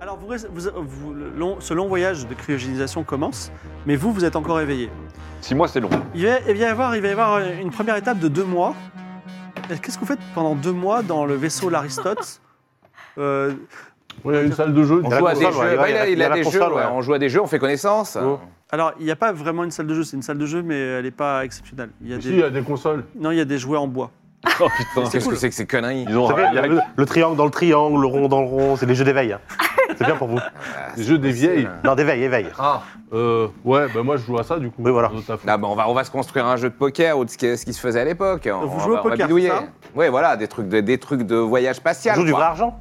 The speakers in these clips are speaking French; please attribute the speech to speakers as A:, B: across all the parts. A: Alors, vous, vous- vous- le long- ce long voyage de cryogénisation commence, mais vous, vous êtes encore éveillé.
B: Six mois, c'est long.
A: Il va, il va y avoir, il va y avoir une première étape de deux mois. Et Qu'est-ce que vous faites pendant deux mois dans le vaisseau l'Aristote Euh,
C: Oui, il y a une salle de jeu.
D: On
C: tu
D: joue à
C: vois.
D: des jeux.
C: Il y a-
D: Ouais, il a-
C: il
D: il
C: y
D: a
C: la
D: des jeux,
C: console,
D: ouais.
C: ouais.
D: On joue à des jeux, on fait connaissance.
C: Oh.
A: Alors, il n'y a pas vraiment une salle de jeu, c'est une salle de jeu, mais elle n'est pas exceptionnelle. Il y a
C: Si,
A: des...
C: il y a des consoles.
A: Non, il y a des jouets en bois.
B: Oh putain,
D: Qu'est-ce que c'est que ces conneries
B: ils ont
E: Vous savez, il y a
B: ramené
E: le, le triangle dans le triangle, le rond dans le rond, c'est les jeux d'éveil. hein. C'est bien pour vous.
C: Des jeux des vieilles.
E: Non, d'éveil, éveil.
D: Ah.
C: Euh, ouais, ben moi je joue à ça du coup.
E: Oui, voilà.
C: Nous, t'as fait-
D: Non, mais Ah, bah, on, va, on va se construire un jeu de poker ou de ce qui, ce qui se faisait à l'époque. On,
A: Vous
D: on
A: jouez
D: va,
A: au
D: on va
A: poker,
D: bidouiller.
A: ça
D: Ouais, voilà, des trucs de, des trucs de voyage
E: On
D: spatial.
E: joue du vrai
D: quoi.
E: argent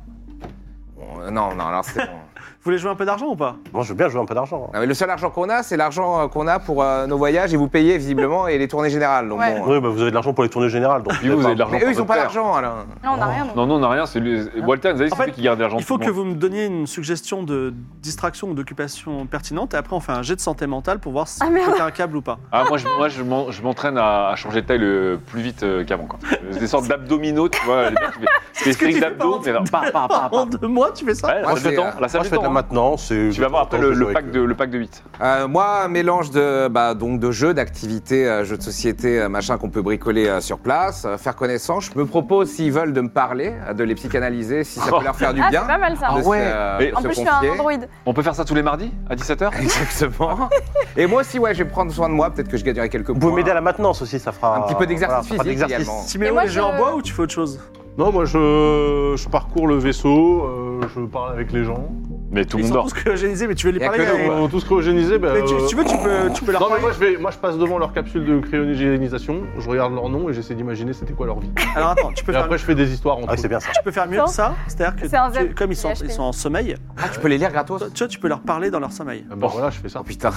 D: On- Non, non, alors c'est bon.
A: Vous voulez jouer un peu d'argent ou pas
E: Moi, je veux bien jouer un peu d'argent. hein.
D: Non, mais le seul argent qu'on a, c'est l'argent euh, qu'on a pour euh, nos voyages et vous payez visiblement et les tournées générales. Donc
F: Ouais.
D: bon, euh.
E: Oui, bah, vous avez de l'argent pour les tournées générales. Donc,
B: Puis vous, vous avez de l'argent.
D: Mais eux,
B: pour
D: ils ont
B: votre
D: pas
B: père.
D: l'argent, alors.
F: Là, on n'a rien. donc.
B: Non, non, on a rien. C'est lui- Walter nous a dit que
A: En
B: c'est lui
A: fait,
B: qui garde l'argent.
A: Il faut que vous me donniez une suggestion de distraction ou d'occupation pertinente, et après, on fait un jet de santé mentale pour voir si
F: Ah,
A: vous
F: merde.
A: pétez un câble ou pas.
B: Ah, moi, je, moi, je m'en- je m'entraîne à, à changer de taille le plus vite euh, qu'avant. quoi. Euh, Des sortes d'abdominaux, tu vois. les mecs qui fait- C'est des
A: ce que tu
B: strict
A: fais
B: d'abdos,
A: pendant-
B: mais alors, pa, pa, pa, pa.
A: En deux mois, tu fais ça
B: Ouais,
D: Moi,
B: la
D: je
B: salle
D: fais,
B: du temps.
D: euh,
B: La
E: moi,
B: salle du
E: je fais de la
B: temps. hein.
E: maintenance. et
B: Tu vas voir après
E: je
B: le,
E: joue
B: le
E: avec,
B: pack de, le pack de 8.
D: Euh, moi, un mélange de, bah, donc de jeux, d'activités, euh, jeux de société, euh, machin qu'on peut bricoler euh, sur place, euh, faire connaissance. Je me propose, s'ils veulent, de me parler, euh, de les psychanalyser, si ça peut leur faire du
F: Ah, c'est
D: bien.
F: pas mal ça.
D: de
B: Ah
D: se,
B: ouais.
D: euh,
B: Et-
F: En
D: se
F: plus, je suis un
D: confier.
F: android.
B: On peut faire ça tous les mardis à 17h
D: Exactement. Et moi aussi, ouais, je vais prendre soin de moi. Peut-être que je gagnerai quelques
E: Vous
D: points.
E: pouvez m'aider à la maintenance aussi, ça fera.
C: Ah,
D: Un petit peu d'exercice
E: voilà, ça fera
D: physique
E: d'exercice.
D: également.
A: Tu mets
F: Et
A: où
F: moi,
A: les jeux en
F: je-
A: bois ou tu fais autre chose
C: Non, moi je, je parcours le vaisseau, euh, je parle avec les gens.
B: Mais tout le
A: Ils
B: monde
A: sont
B: dort.
A: tous cryogénisés, mais tu veux les
D: Y a
A: parler
D: que
C: Ils
A: avec-
D: nous,
C: sont tous cryogénisés. Ben,
A: Mais tu,
C: euh,
A: tu veux, tu peux, tu peux leur
C: Non, mais
A: parler.
C: moi je, vais, moi je passe devant leur capsule de cryogénisation, je regarde leur nom et j'essaie d'imaginer c'était quoi leur vie.
A: Alors attends, tu peux,
C: Et
A: faire,
C: après je fais des histoires entre
E: Ah oui, c'est
C: eux.
E: bien ça.
A: tu peux faire mieux que ça. C'est-à-dire
F: C'est un
A: que tu-
F: zèbre.
A: comme ils sont,
F: Il a
A: ils
F: acheté.
A: sont en sommeil,
D: Ah, tu peux les lire gratos
A: toi, tu vois, tu peux leur parler dans leur sommeil.
C: Ah ben voilà, je fais ça.
D: Oh putain,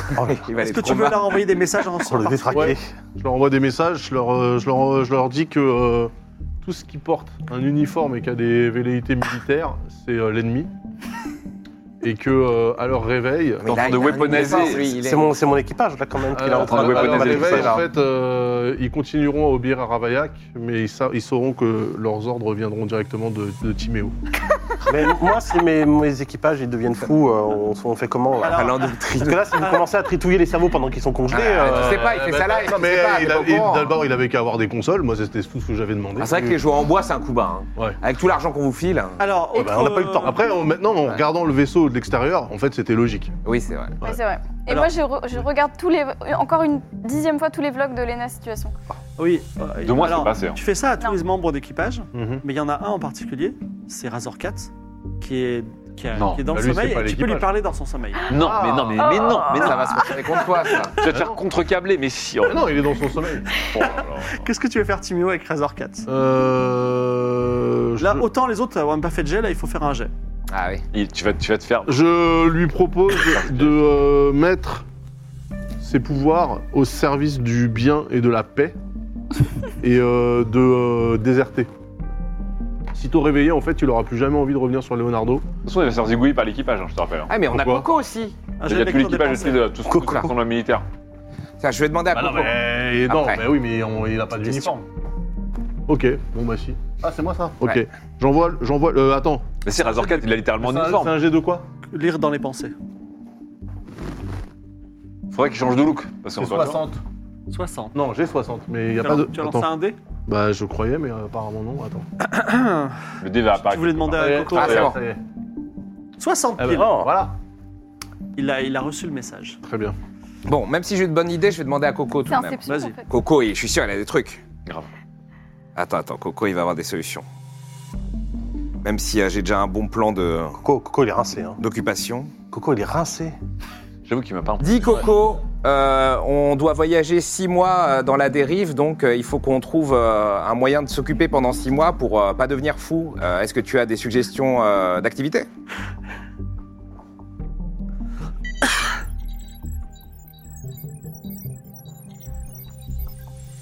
D: il va
A: Est-ce
D: les
A: que tu veux
D: traumas.
A: leur envoyer des messages en
E: Pour le
A: particulier
E: détraquer.
C: Ouais. Je leur envoie des messages, je leur, euh, je leur, euh, je leur dis que euh, tout ce qui porte un uniforme et qui a des velléités militaires, c'est euh, l'ennemi. Et que euh, à leur réveil,
D: Mais
B: en train
D: il
B: de
D: a un
B: weaponiser.
D: uniforme, lui, il est-
E: C'est mon, c'est mon équipage là quand même qui
C: à
E: est
D: Euh,
E: en
C: leur,
E: train de
B: de
C: Euh, à leur
B: weaponiser
C: réveil,
B: tout ça.
C: en fait, euh, ils continueront à obéir à Ravaillac, mais ils, sa- ils sauront que leurs ordres viendront directement de, de Timéo.
E: Mais moi, si mes, mes équipages ils deviennent fous, euh, on, on fait comment là
A: Alors,
D: Ah, l'endoctrine.
E: Parce que là, si vous commencez à tritouiller les cerveaux pendant qu'ils sont congelés.
D: Ah,
E: euh,
D: tu sais pas, il fait ça live.
C: Non,
D: tu
C: mais
D: sais pas,
C: il
D: t'es
C: a-
D: pas au
C: il-
D: courant. hein.
C: d'abord, il avait qu'à avoir des consoles. Moi, c'était tout ce que j'avais demandé.
D: Ah, c'est vrai que les joueurs en bois, c'est un coup bas. hein.
C: Ouais.
D: Avec tout l'argent qu'on vous file.
A: Alors,
E: Eh ben, on n'a
A: autre-
E: pas eu le temps.
C: Après, en- maintenant, en regardant le vaisseau de l'extérieur, en fait, c'était logique.
D: Oui, c'est vrai.
F: Oui, c'est vrai. Et
A: Alors-
F: moi, je, re- je regarde tous les, encore une dixième fois tous les vlogs de Lena Situation.
A: Oui. euh,
B: De moi,
A: alors,
B: c'est passé. hein.
A: Tu fais ça à tous
F: Non.
A: les membres d'équipage,
C: Mhm.
A: mais il y en a un en particulier, c'est Razorcat, qui est qui, a-
B: Non,
A: qui est dans
C: bah
A: le
C: lui, c'est
A: sommeil.
C: pas
A: et Tu peux lui
C: l'équipage.
A: parler dans son sommeil.
B: Non, mais non, mais, mais non, mais non.
D: Ça va se passer contre toi, ça.
B: Tu vas te faire contre-câbler, mais si. oh.
C: Ah non, il est dans son sommeil.
B: Oh là là.
A: Qu'est-ce que tu veux faire, Timéo, avec Razorcat
C: Euh, je-
A: Là, autant les autres n'ont pas fait de jet, là, il faut faire un jet.
D: Ah oui.
B: Il- tu, vas, tu vas te faire.
C: Je lui propose de euh, mettre ses pouvoirs au service du bien et de la paix et euh, de euh, déserter. Si t'es réveillé, en fait, tu n'auras plus jamais envie de revenir sur Leonardo.
B: De toute façon, il va se faire zigouiller par l'équipage, hein, je te rappelle. hein.
D: Ah, mais on a
C: Pourquoi Ah,
D: Coco aussi.
A: Un jet
B: Il y
A: de
B: a tout
A: lecture des
B: l'équipage aussi,
A: pensées.
B: de tout ce tout ce
D: Coco.
B: rassemblement militaire.
D: Tiens, je vais demander à
C: Bah non,
D: Coco.
C: mais non,
D: Après.
C: mais oui, mais on- il n'a pas
D: Question.
C: d'uniforme. Ok, bon bah si. Ah, c'est moi ça Ok.
D: Ouais.
C: J'envoie, j'envoie. euh, attends.
B: Mais si, Razorcat, il a littéralement
C: C'est
B: une
C: un- c'est
B: uniforme.
C: un jet de quoi
A: Lire dans les pensées.
B: Faudrait qu'il change de look. Parce qu'on
C: C'est
B: soit-
C: 60.
A: 60.
C: Non, j'ai 60, mais il n'y a
A: Tu
C: pas de.
A: as lancé
C: Attends.
A: un dé
C: Bah, je croyais, mais euh, apparemment non. Attends.
B: Le dé va apparaître.
A: Tu voulais
B: quelque part.
A: demander à Coco.
D: Ah, c'est
A: euh,
D: bon.
C: Ça y est.
A: 60
C: Eh
E: Ah
C: ben,
A: piles.
E: bah,
C: voilà.
A: Oh. Il a, il a reçu le message.
C: Très bien.
D: Bon, même si j'ai une bonne idée, je vais demander à Coco tout
F: C'est
D: de
F: un
D: même.
F: Sepsi, en
A: Vas-y.
F: fait.
D: Coco, il- je suis sûr, elle a des trucs.
B: Grave.
D: Attends, attends, Coco, il va avoir des solutions. Même si euh, j'ai déjà un bon plan de-
E: Coco, Coco, il est rincé. Hein.
D: d'occupation.
E: Coco, il est rincé.
B: J'avoue qu'il m'a pas.
D: Dis Coco, euh, on doit voyager six mois euh, dans la dérive, donc euh, il faut qu'on trouve euh, un moyen de s'occuper pendant six mois pour euh, pas devenir fou. Euh, Est-ce que tu as des suggestions euh, d'activités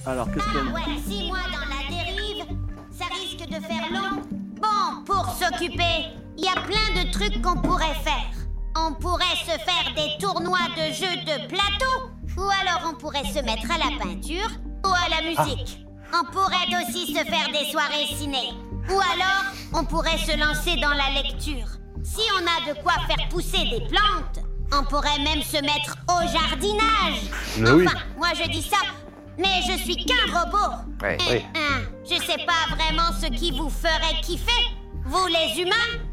A: Alors, qu'est-ce qu'il y a
G: Ah Ouais, six mois dans la dérive, ça risque de faire long. Bon, pour s'occuper, il y a plein de trucs qu'on pourrait faire. On pourrait se faire des tournois de jeux de plateau, ou alors on pourrait se mettre à la peinture ou à la musique. On pourrait aussi se faire des soirées ciné, ou alors on pourrait se lancer dans la lecture. Si on a de quoi faire pousser des plantes, on pourrait même se mettre au jardinage.
C: Mais oui.
G: Enfin, moi je dis ça, mais je suis qu'un robot.
D: Ouais.
G: Hein,
E: Oui.
G: hein, je sais pas vraiment ce qui vous ferait kiffer, vous les humains.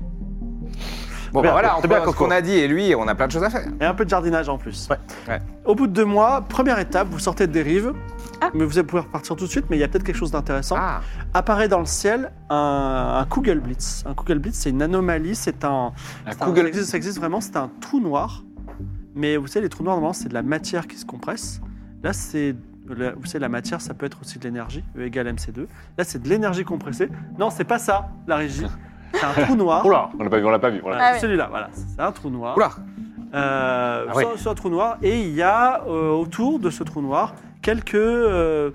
D: Bon,
E: bien,
D: bah, voilà,
E: c'est
D: entre
E: bien,
D: ce
E: Coco.
D: qu'on a dit et lui, on a plein de choses à faire.
A: Et un peu de jardinage en plus.
E: Ouais.
D: Ouais.
A: Au bout de deux mois, première étape, vous sortez de dérive.
F: Ah.
A: Mais vous pouvez repartir tout de suite, mais il y a peut-être quelque chose d'intéressant.
D: Ah,
A: Apparaît dans le ciel un, un Kugel Blitz. Un Kugel Blitz, c'est une anomalie, c'est un.
B: Un
A: c'est un- ça,
B: Kugel-
A: existe, ça existe vraiment, c'est un trou noir. Mais vous savez, les trous noirs, normalement, c'est de la matière qui se compresse. Là, c'est. la- Vous savez, la matière, ça peut être aussi de l'énergie, E égale MC2. Là, c'est de l'énergie compressée. Non, c'est pas ça, la régie. C'est un trou
D: Ah.
A: noir.
B: Oula, on l'a pas vu, on l'a pas vu. voilà.
A: Voilà,
F: Ah ouais.
A: Celui-là, voilà, c'est un trou noir.
D: oula,
A: Euh,
D: Ah ouais.
A: sur, sur un trou noir. Et il y a euh, autour de ce trou noir quelques, euh,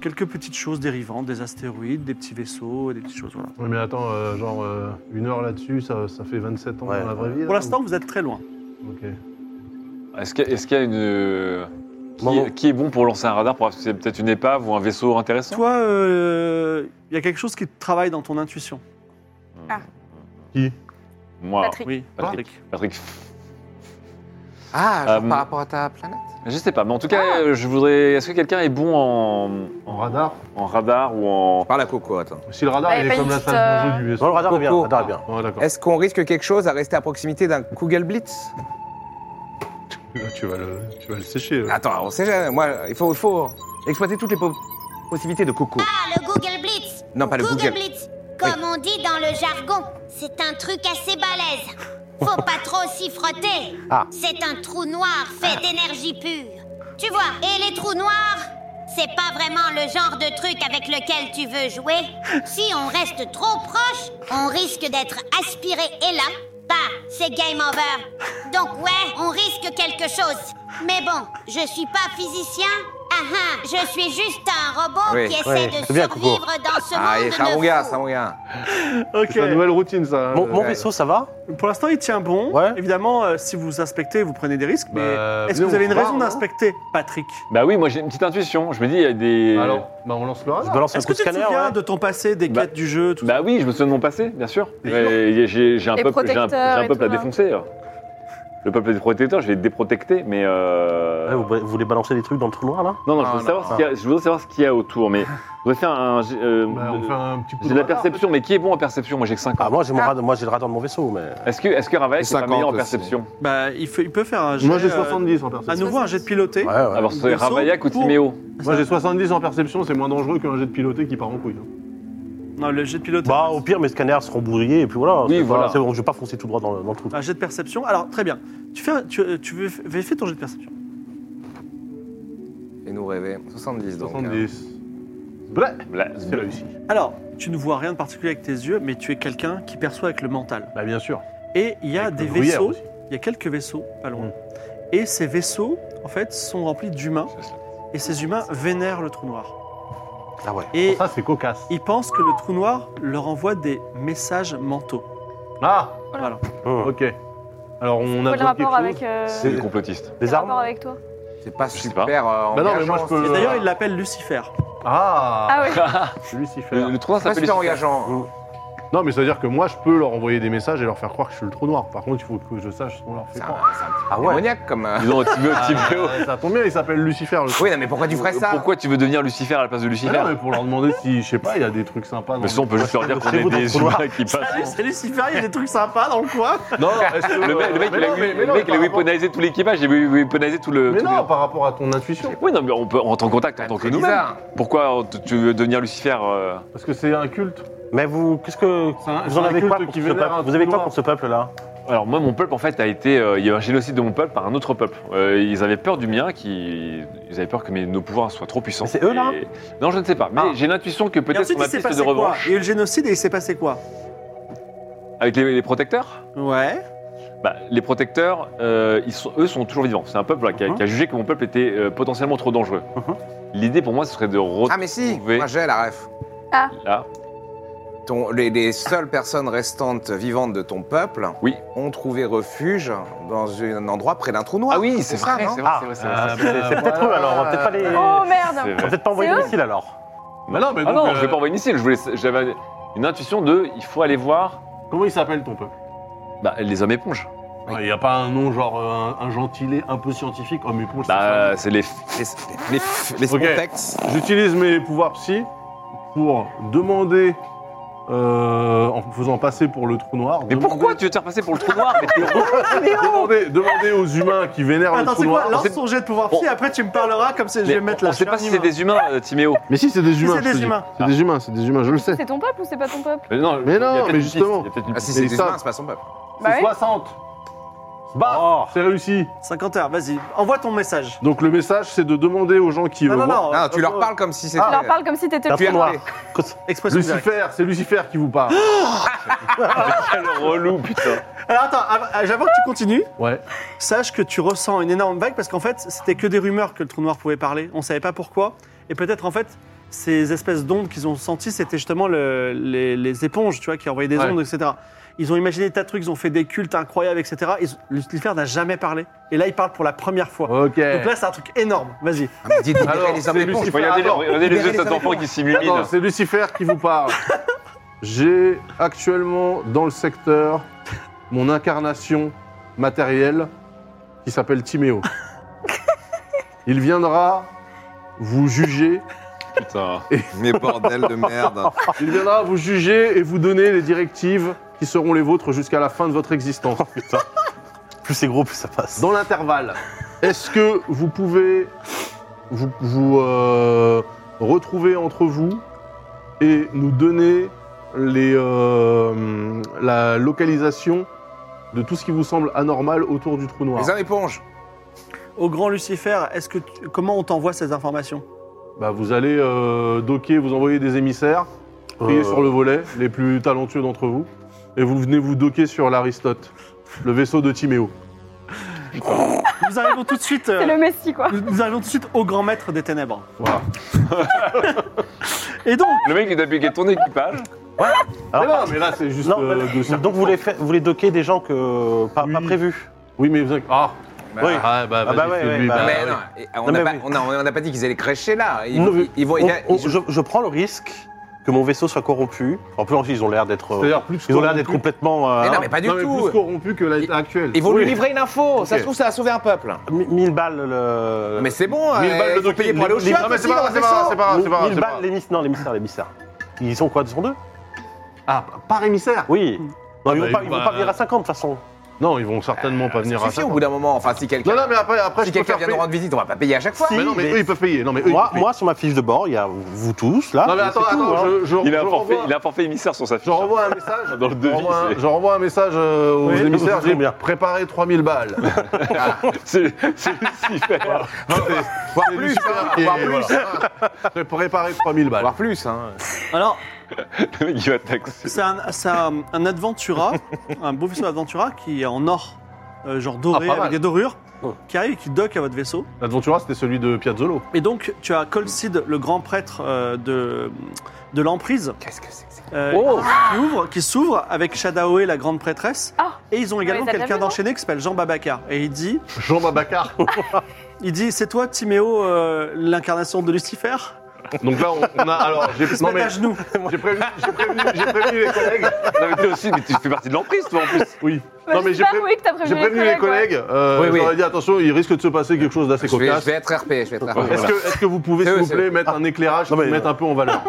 A: quelques petites choses dérivantes, des astéroïdes, des petits vaisseaux, des petites choses. Voilà.
C: Ouais, mais attends, euh, genre, euh, une heure là-dessus, ça, ça fait 27 ans
E: Ouais.
C: dans la vraie vie. là,
A: Pour l'instant, vous êtes très loin.
C: ou- Ok.
B: Est-ce qu'il y, a- est-ce qu'il y a une. euh,
E: Maman.
B: Qui, qui est bon pour lancer un radar pour voir si c'est peut-être une épave ou un vaisseau intéressant
A: Toi, euh, il y a quelque chose qui te travaille dans ton intuition.
B: Moi,
F: Patrick.
A: Oui,
B: Patrick. Patrick.
D: ah, genre
B: Euh,
D: par rapport Ah. à ta planète.
B: Je sais pas, mais en tout cas, euh, je voudrais. Est-ce que quelqu'un est bon en,
C: En radar
B: en radar ou en.
D: Parle à Coco, attends.
C: Si le radar,
F: Bah, y a
C: il
F: pas
C: est comme
F: une
C: la
F: petite,
C: salle de
F: euh,
C: jeu du Ah, vaisseau.
E: Non, le radar est bien.
D: Coco.
E: Le radar est bien.
C: Ouais, d'accord.
D: Est-ce qu'on risque quelque chose à rester à proximité d'un Kugel Blitz
C: Là, tu vas le, tu vas le sécher. euh.
D: Attends, on sait jamais. Moi, il faut, il faut exploiter toutes les po- possibilités de Coco.
G: Ah, le Google Blitz
D: Non, pas le
G: Google
D: Google.
G: Blitz Comme on dit dans le jargon, c'est un truc assez balèze. Faut pas trop s'y frotter.
E: Ah.
G: C'est un trou noir fait d'énergie pure. Tu vois, et les trous noirs, c'est pas vraiment le genre de truc avec lequel tu veux jouer. Si on reste trop proche, on risque d'être aspiré et là, bah, c'est game over. Donc ouais, on risque quelque chose. Mais bon, je suis pas physicien. Ah ah, je suis juste un robot
D: Oui,
G: qui essaie
E: oui,
G: de
E: c'est bien, Coco.
G: survivre dans ce
D: Ah,
G: monde
D: et
G: de
D: Sarunga,
G: fous.
D: Sarunga.
A: Ok.
C: C'est ta nouvelle routine, ça.
E: Mon,
C: euh.
E: mon vaisseau, ça va
A: Pour l'instant, il tient bon.
E: Ouais.
A: Évidemment, euh, si vous inspectez, vous prenez des risques. Mais
C: Bah,
A: est-ce
C: venez,
A: que vous
C: on
A: avez une
C: repart,
A: raison
C: non
A: d'inspecter, Patrick
B: Bah oui, moi j'ai une petite intuition. Je me dis, il y a des.
C: Alors, bah, on lance le
E: Je
C: radar.
E: balance un
A: Est-ce
E: coup
A: que
E: de
A: tu te
E: scanner.
A: souviens
E: ouais.
A: de ton passé, des
B: Bah-
A: quêtes du jeu, tout ça
B: Bah oui, je me souviens de mon passé, bien sûr. Et J'ai j'ai un,
F: Les
B: peuple- j'ai un- j'ai
F: protecteurs
B: un
F: et
B: peuple à
F: tout, hein.
B: défoncer. Le peuple des protecteurs, je vais les déprotecter, mais. euh,
E: Ouais, vous, vous voulez balancer des trucs dans le trou noir là
B: Non, non, je
D: Ah,
B: voudrais
D: non,
B: savoir,
D: non.
B: ce qu'il y a- je voudrais savoir ce qu'il y a autour, mais je voudrais faire un. j'ai, euh,
C: Bah, on fait un petit coup
B: J'ai
C: de
B: de la
C: radar.
B: perception, mais qui est bon en perception Moi j'ai que 5 ans.
E: Ah, moi j'ai mon
F: Ah.
E: radar- moi, j'ai le radar de mon vaisseau, mais.
B: Est-ce que, est que Ravaille est pas
D: 50
B: meilleur en
D: aussi.
B: perception
A: Bah, il, fait- il peut faire un jet.
C: Moi, j'ai
A: euh,
C: 70 en
A: À
C: perception.
A: nouveau, un jet de piloté.
E: Ouais, ouais.
B: Alors, c'est
A: Vaisseau
B: Ravaillac ou
A: pour-
B: Timéo
C: Moi, j'ai 70 en perception, c'est moins dangereux qu'un jet de piloté qui part en couille. hein.
A: Non, le jet de piloté.
E: Bah, au pire, mes scanners seront brouillés et puis voilà.
B: Oui,
E: c'est pas-
B: voilà.
E: c'est bon, je vais pas foncer tout droit dans le, dans le trou.
A: Un jet de perception. Alors, très bien. Tu, fais, un- tu, euh, tu veux vérifier ton jet de perception.
D: Et nous rêver. 70 donc.
C: 70. Ouais,
B: Là,
C: c'est réussi.
A: Alors, tu ne vois rien de particulier avec tes yeux, mais tu es quelqu'un qui perçoit avec le mental.
C: Bah, bien sûr.
A: Et il y a
C: Avec
A: des
C: le gruyère
A: vaisseaux,
C: aussi.
A: il y a quelques vaisseaux pas loin.
C: Mm.
A: Et ces vaisseaux, en fait, sont remplis d'humains. Et ces humains vénèrent le trou noir.
E: Ah ouais.
A: Et
C: Ça, c'est cocasse.
A: ils pensent que le trou noir leur envoie des messages mentaux.
C: Ah
A: Voilà.
E: Hum.
C: Ok. Alors, on a
F: Quel
C: quelque
F: rapport
C: chose.
F: avec, euh,
B: C'est du complotiste.
F: quel
E: Des armes
F: rapport avec toi
D: C'est pas
B: Je sais
D: super.
B: pas.
D: euh,
C: Bah non, mais
D: engageant,
C: moi, je peux-
A: Et
D: c'est-
A: d'ailleurs, ils l'appellent Lucifer.
C: Ah,
F: Ah oui.
C: Lucifer.
B: Le, le 3
D: C'est pas
B: s'appelle
D: super
B: Lucifer.
D: engageant.
C: Non, mais ça veut dire que moi, je peux leur envoyer des messages et leur faire croire que je suis le trou noir. Par contre, il faut que je sache ce qu'on leur fait
D: C'est un,
C: croire.
D: c'est un petit peu
E: Ah ouais.
D: démoniaque comme. euh.
B: Ils ont Timéo, Timéo. Euh,
C: Ah, ça tombe bien, il s'appelle Lucifer. Le...
D: Oui, non, mais pourquoi tu ferais ça
B: Pourquoi tu veux devenir Lucifer à la place de Lucifer
C: Mais Ah non, mais pour leur demander si, je sais pas, il y a des trucs sympas. dans
B: Mais ça, on peut juste leur dire qu'on
E: chez
B: est
E: vous, dans le
B: des
E: couloir.
B: humains qui passent.
A: Salut, c'est Lucifer, il y a des trucs sympas dans le coin.
C: Non, non, est-ce que-
B: Le mec, le mec,
C: Mais
B: il a,
C: non, mais- mais
B: le
C: non,
B: mec, il a
C: par rapport-
B: weaponisé tout l'équipage, il a weaponisé tout le.
C: Mais
B: tout
C: non,
B: le-
C: par rapport à ton intuition.
B: Oui, non, mais
A: Ah,
B: on peut rentrer en contact en tant que
D: C'est
B: nous-mêmes.
D: bizarre.
B: Pourquoi tu veux devenir Lucifer euh,
C: Parce que c'est un culte.
E: Mais vous, qu'est-ce que.
C: C'est un-
E: Vous
C: c'est
E: en
C: un
E: avez quoi
C: culte
E: contre
C: qui
E: ce
C: vénère
E: peuple
C: un
E: Vous avez quoi
C: noir.
E: contre ce peuple-là
B: Alors moi, mon peuple, en fait, a été... euh, il y a eu un génocide de mon peuple par un autre peuple. Euh, ils avaient peur du mien, qui, ils avaient peur que mes- nos pouvoirs soient trop puissants.
E: Mais c'est eux, là
B: Et- Non, je ne sais pas. Mais
A: Ah.
B: j'ai l'intuition que
A: Et
B: peut-être
A: ensuite,
B: on a
A: il s'est
B: piste
A: passé
B: de
A: quoi
B: revanche
A: Il y a eu le génocide et il s'est passé quoi
B: avec les, les protecteurs.
A: Ouais.
B: Bah, les protecteurs, euh, ils sont, eux, sont toujours vivants. C'est un peuple là, qui, a,
E: Mhm.
C: Uh-huh.
B: qui a jugé que mon peuple était euh, potentiellement trop dangereux.
E: Mhm.
B: L'idée pour moi, ce serait de retrouver
D: Ah, mais si, moi j'ai la ref.
F: Ah.
B: là.
D: Ton- les, les seules personnes restantes vivantes de ton peuple
B: Oui.
D: ont trouvé refuge dans un endroit près d'un trou noir.
B: Ah oui, c'est
D: C'est ça,
B: vrai,
D: non
B: c'est vrai,
E: Ah,
B: c'est vrai, c'est vrai,
E: euh,
B: c'est vrai.
E: c'est c'est peut-être eux alors, on va peut-être pas les.
F: Oh
E: On
B: C'est
F: merde
B: vrai.
E: va peut-être pas envoyer
F: C'est
E: de
F: eux
E: missiles alors.
C: Mais non, mais
B: Ah
C: donc,
B: non, je vais
C: euh,
B: pas envoyer de missile. Je voulais- J'avais une intuition de, il faut aller voir
C: Comment il s'appelle ton peuple
B: bah, les hommes éponges.
C: Il n'y a pas un nom genre euh, un, un gentilé un peu scientifique Oh, mais pour
B: Bah, c'est les.
D: Les, les, les
C: Ok.
D: Spontex.
C: J'utilise mes pouvoirs psy pour demander, euh, en me faisant passer pour le trou noir,
B: Mais
C: demander-
B: pourquoi tu veux te faire passer pour le trou noir Mais t'es rond.
C: demander, demander aux humains qui vénèrent le
A: Attends,
C: trou
A: c'est quoi
C: noir.
A: Lance
B: c'est-
A: ton jet de pouvoir psy, après tu me parleras comme si je
B: Mais
A: vais mettre la
B: On sait pas
A: chair
B: si c'est
A: humaine.
B: des humains, euh, Timéo.
C: Mais si, c'est des humains.
A: c'est
C: je te
A: des
C: dis.
A: humains.
C: C'est des humains, c'est des humains, je le sais.
F: C'est ton peuple ou c'est pas ton peuple
B: Mais non,
C: Mais
B: il y a
C: non,
B: peut-être
C: mais
B: une
C: justement.
B: piste, il y a peut-être une
D: Ah, si
B: piste.
D: c'est
C: Mais
D: des
C: ça-
D: humains, c'est pas son peuple.
F: Bah
C: C'est
F: oui.
C: 60. Bah,
E: Oh.
C: c'est réussi.
A: 50 heures, vas-y, envoie ton message.
C: Donc le message, c'est de demander aux gens qui.
A: Non,
C: euh,
A: non,
C: voient- Ah.
A: non.
D: Non, tu
A: euh,
D: leur
A: euh,
D: parles comme si c'était.
F: Tu leur parles comme si t'étais
E: T'as
F: le
D: Tu
E: ton
D: es
F: peuple.
E: noir.
D: appelé.
A: Expression directe.
C: Lucifer, c'est Lucifer qui vous parle. Ah,
B: Quel relou, putain.
A: Alors attends, av- euh, j'avais que tu continues.
C: Ouais.
A: Sache que tu ressens une énorme vague parce qu'en fait, c'était que des rumeurs que le trou noir pouvait parler. On savait pas pourquoi. Et peut-être en fait, ces espèces d'ondes qu'ils ont senties, c'était justement le- les, les éponges, tu vois, qui envoyaient des
C: Ouais.
A: ondes, etc. Ils ont imaginé des tas de trucs, ils ont fait des cultes incroyables, etc. Ils- Lucifer n'a jamais parlé. Et là, il parle pour la première fois.
C: Ok.
A: Donc là, c'est un truc énorme. Vas-y.
D: Ah, mais dites, libérez
C: Alors,
D: les hommes
C: c'est
D: éponges.
C: Lucifer.
B: Regardez,
C: Attends,
B: regardez les
D: libérez
B: yeux de
D: les
B: cet
D: hommes
B: enfant
D: éponges.
B: qui s'illumine.
C: Attends, c'est Lucifer qui vous parle. J'ai actuellement dans le secteur mon incarnation matérielle qui s'appelle Timéo. Il viendra vous juger,
B: Putain.
D: Mais bordel de merde.
C: il viendra vous juger et vous donner les directives qui seront les vôtres jusqu'à la fin de votre existence.
E: Oh, Plus c'est gros, plus ça passe.
C: Dans l'intervalle, est-ce que vous pouvez vous, vous, euh, retrouver entre vous et nous donner les, euh, la localisation de tout ce qui vous semble anormal autour du trou noir
D: Les hommes éponges.
A: Au grand Lucifer, est-ce que tu- comment on t'envoie ces informations
C: bah, Vous allez euh, docker, vous envoyer des émissaires, prier
E: Euh.
C: sur le volet, les plus talentueux d'entre vous, et vous venez vous docker sur l'Aristote, le vaisseau de Timéo.
A: Nous arrivons tout de suite. euh,
F: C'est le Messie, quoi.
A: nous- Nous arrivons tout de suite au grand maître des ténèbres.
C: Voilà.
A: Et donc,
B: Le mec, il a bugué ton équipage.
C: Mais non,
E: Alors,
C: mais là c'est juste
E: non,
C: euh, de
E: mais-
C: circonstance.
E: donc vous voulez, faire- vous voulez docker des gens que pas,
C: Oui.
E: pas prévus
C: Oui, mais vous inquiétez Ah,
D: Bah,
E: Oui.
C: ah, bah,
E: Ah, bah,
C: vas-y,
E: ouais,
C: fais-lui,
E: ouais, bah,
C: bah,
D: mais
C: oui.
D: non, et on
E: Non,
D: n'a
E: mais
D: pas,
E: oui.
D: on a- on a pas dit qu'ils allaient crécher là. Ils,
E: Non, mais-
D: ils vont.
E: On-
D: ils-
E: on-
D: ils-
E: je, je prends le risque que mon vaisseau soit corrompu. En plus, ils ont l'air d'être. euh,
C: C'est-à-dire plus
E: Ils ont l'air d'être
C: corrompus-
E: complètement. euh,
D: Mais non, mais pas du
C: Non, mais
D: tout.
C: plus corrompus que
D: Ils-
C: l'état actuel.
D: Ils vont
C: Oui.
D: lui livrer une info. Ça
C: Ok.
D: se trouve, ça a sauvé un peuple.
E: mi- 1000 balles le.
D: Mais c'est bon, euh,
C: balles de
D: ils vont
C: doctrine.
D: payer pour aller au
C: Les-
D: chiottes
C: Non, mais
D: aussi
C: c'est pas
D: dans le
C: grave, c'est pas grave,
D: vaisseau.
C: c'est pas grave, c'est pas grave,
E: 1000
C: c'est pas
E: balles
C: grave.
E: l'émissaire, l'émissaire, l'émissaire. Ils sont quoi 202
C: Ah, par émissaire
E: Oui. Non, ils
C: bah,
E: vont pas-
C: ils
E: ils
C: vont
E: vont
C: pas-
E: pas venir à 50 de toute façon.
C: Non, ils vont certainement pas venir
D: Euh, Ça
C: à
D: suffit
C: ça.
D: au bout d'un moment. Enfin, si quelqu'un
C: Non, non, mais après, après
D: si
C: je peux
D: quelqu'un
C: faire
D: vient nous
C: payer.
D: rendre visite, on va pas payer à chaque fois.
E: Si.
C: Mais non, mais
E: Mais-
C: eux, ils peuvent payer. Non, mais eux,
E: Moi,
C: ils peuvent
E: moi, sur ma fiche de bord, il y a vous tous là.
C: payer. Non, mais
E: et
C: attends,
E: c'est tout,
C: attends,
E: hein.
C: je, je,
B: Il a
C: je
B: un forfait,
C: renvoie-
B: il a un forfait émissaire sur sa fiche.
C: je renvoie un message.
B: Dans le
C: je,
B: devis,
C: renvoie un,
B: c'est-
C: je renvoie un message euh, aux
E: Oui.
C: émissaires.
E: Très
C: J'ai
E: bien.
C: préparé 3000 balles.
B: C'est c'est Lucifer.
D: Voire
C: C'est
D: plus.
C: Lucifer qui est-
D: Voire plus.
C: voilà. J'ai préparé 3000 balles.
D: Voire plus. hein.
A: alors,
B: Le mec, il va taxer.
A: C'est un, c'est un- un Adventura, un beau vaisseau Adventura qui est en or, euh, genre doré,
C: Ah, pas mal.
A: avec des dorures,
C: Oh.
A: qui arrive et qui dock à votre vaisseau.
C: L'Adventura, c'était celui de Piazzolo.
A: Et donc, tu as Colcid, le grand prêtre euh, de, de l'emprise,
D: Qu'est-ce que c'est que ça
A: euh,
D: Oh
A: qui ouvre, qui s'ouvre avec Shadaoe, la grande prêtresse.
F: Ah.
A: Et ils ont également
F: les a
A: quelqu'un
F: jamais, non
A: d'enchaîné qui s'appelle Jean Babacar. Et il dit,
C: Jean Babacar.
A: il dit, c'est toi, Timéo, euh, l'incarnation de Lucifer
C: Donc là, on, on a. Alors, j'ai
A: Ils se
C: non,
A: mettent
C: mais
A: à genoux.
C: j'ai prévenu, j'ai prévenu, j'ai prévenu les collègues.
B: Non, mais toi aussi, mais tu fais partie de l'emprise, toi, en plus.
C: Oui.
F: Bah,
C: Non, mais j'ai
F: j'espère,
C: pré-
F: oui, que t'as
C: J'ai prévenu les collègues, euh,
D: Oui, oui.
C: j'aurais dit attention, il risque de se passer quelque chose d'assez
D: je vais,
C: cocasse.
D: je vais être RP. Je vais être RP.
C: Est-ce que, est-ce que vous pouvez,
D: C'est
C: s'il
D: eux,
C: vous
D: c'est
C: plaît,
D: eux.
C: mettre un éclairage
E: Non,
C: qui
E: mais-
C: mette un peu en valeur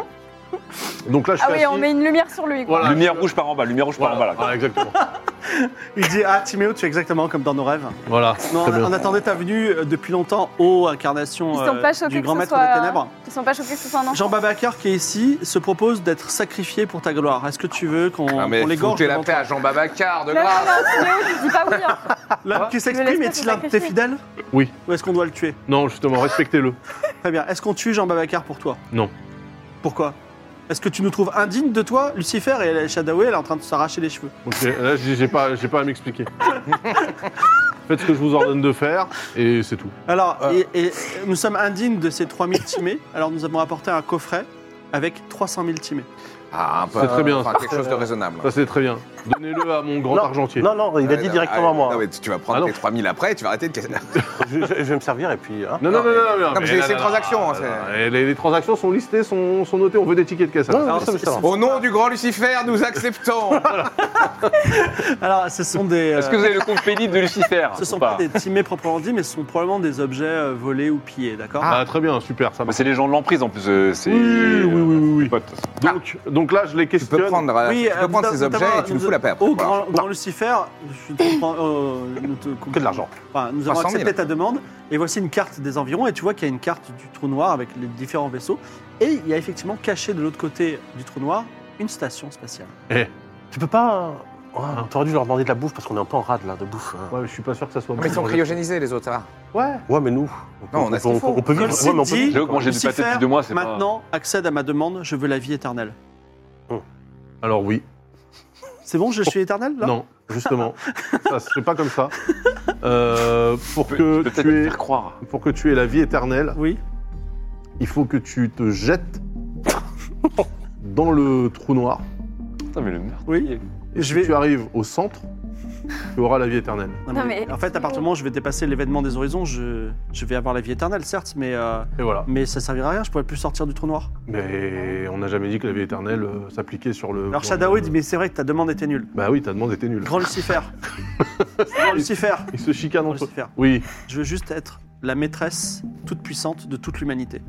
C: Donc là, je
F: Ah
C: suis
F: oui,
C: assis.
F: on met une lumière sur lui. Quoi.
C: Voilà.
B: Lumière rouge par en bas, lumière rouge par en bas là.
C: Voilà, voilà, exactement.
A: Il dit Ah, Timéo, tu es exactement comme dans nos rêves.
C: Voilà.
A: Non,
C: Très
A: on,
C: bien.
A: on attendait ta venue euh, depuis longtemps, ô incarnation euh,
F: Ils sont pas choqués
A: du
F: que
A: grand
F: ce
A: maître
F: soit euh,
A: des
F: un-
A: ténèbres.
F: Ils sont pas choqués que ce soit un enfant.
A: Jean Babacar, qui est ici, se propose d'être sacrifié pour ta gloire. Est-ce que tu veux qu'on
D: Ah,
A: qu'on
D: mais
A: l'égorge
D: foutez la
A: devant
D: paix
A: toi
D: à Jean Babacar, de
F: Non, non,
D: grâce.
F: non, Timéo, je dis pas oui. hein.
A: L'homme qui
F: Je
A: s'exprime
F: le laisse
A: est-il
F: pas
A: un de tes
F: sacrifier.
A: fidèles
C: Oui.
A: Ou est-ce qu'on doit le tuer
C: Non, justement, respectez-le.
A: Très bien. Est-ce qu'on tue Jean Babacar pour toi
C: Non.
A: Pourquoi Est-ce que tu nous trouves indignes de toi Lucifer et la Shadoway, elle est en train de s'arracher les cheveux.
C: Ok, là, j'ai j'ai pas, j'ai pas à m'expliquer. Faites ce que je vous ordonne de faire et c'est tout.
A: Alors,
D: Ah.
A: et, et nous sommes indignes de ces 3000 timés. Alors, nous avons apporté un coffret avec 300 000 timés.
D: Ah, un peu.
C: C'est très bien,
D: Enfin,
C: ça.
D: quelque chose de raisonnable.
C: Ça, c'est très bien. Donnez-le à mon grand
E: Non,
C: argentier.
E: Non, non, il a
D: Ah,
E: dit
D: non,
E: directement
D: ah,
E: à moi.
D: non, mais tu vas prendre
C: Ah, non.
D: tes 3000 après et tu vas arrêter de casser.
E: Je, je- je vais me servir et puis. hein.
C: Non, non, non, non, non,
D: Non, mais c'est-
C: là,
D: c'est
C: là,
D: une transaction,
C: là,
D: hein,
C: là,
D: c'est-
C: là, Les, les transactions sont listées, sont, sont notées. On veut des tickets de caisse. hein,
E: Non, non,
C: Alors,
E: non, ça me sert.
D: Au nom du grand Lucifer, nous acceptons.
A: Alors, ce sont des.
B: Est-ce que
A: euh,
B: vous avez le compte pénible de Lucifer
A: ce sont
B: ou
A: pas des timés proprement dit, mais ce sont probablement des objets euh, volés ou pillés, d'accord
C: Ah, très bien, super, ça
B: Bah,
C: marche.
B: C'est les gens de l'emprise en plus. euh, C'est.
C: Oui, oui, oui, oui, oui.
B: Mes potes.
C: Donc, donc là, je les
D: tu peux
C: questionne.
D: prendre, euh,
A: Oui,
D: tu peux
A: euh,
D: prendre
A: nous
D: ces
A: avons-
D: objets et tu nous fous la paix après.
A: Au
D: Voilà.
A: grand, grand Lucifer, je te prends, euh, nous te
E: Que de l'argent.
A: Enfin, nous avons
D: 300 000.
A: accepté ta demande et voici une carte des environs et tu vois qu'il y a une carte du trou noir avec les différents vaisseaux et il y a effectivement caché de l'autre côté du trou noir une station spatiale.
C: Eh.
E: Tu peux pas. euh, ouais, T'aurais dû leur demander de la bouffe parce qu'on est un peu en rade là, de bouffe. hein.
C: Ouais, mais je suis pas sûr que ça soit
D: Non, mais ils sont cryogénisés, les autres. ça
C: Ouais.
E: Ouais, mais nous.
D: Non, on a ce qu'il
E: peut-
D: faut.
E: on peut vivre.
A: Colson
E: ouais, mais on peut
A: dit-
E: vivre.
B: J'avoue que manger du pâté depuis deux mois, c'est pas.
A: maintenant accède à ma demande, je veux la vie éternelle.
C: Alors oui,
A: C'est bon,
E: Oh.
A: je suis éternel là
C: non, justement, ça se fait pas comme ça. Euh, pour que
B: Peut-être
C: tu
B: me
C: aies,
B: faire croire.
C: pour que tu aies la vie éternelle,
A: Oui.
C: il faut que tu te jettes dans le trou noir.
B: Putain, mais le meurtre.
A: Oui.
C: Et
A: Je
C: si
A: vais-
C: tu arrives au centre, tu auras la vie éternelle.
F: Non, mais-
A: En fait, à partir du moment où je vais dépasser l'événement des horizons, je, je vais avoir la vie éternelle, certes, mais, euh,
C: Et voilà.
A: mais ça servira à rien, je pourrais plus sortir du trou noir.
C: Mais on n'a jamais dit que la vie éternelle euh, s'appliquait sur le.
A: Alors Shadawi dit, mais c'est vrai que ta demande était nulle.
C: Bah oui, ta demande était nulle.
A: Grand Lucifer. Grand Lucifer.
C: Ils se chicanent
A: Grand
C: entre eux.
A: Lucifer.
C: Oui,
A: Je veux juste être la maîtresse toute puissante de toute l'humanité.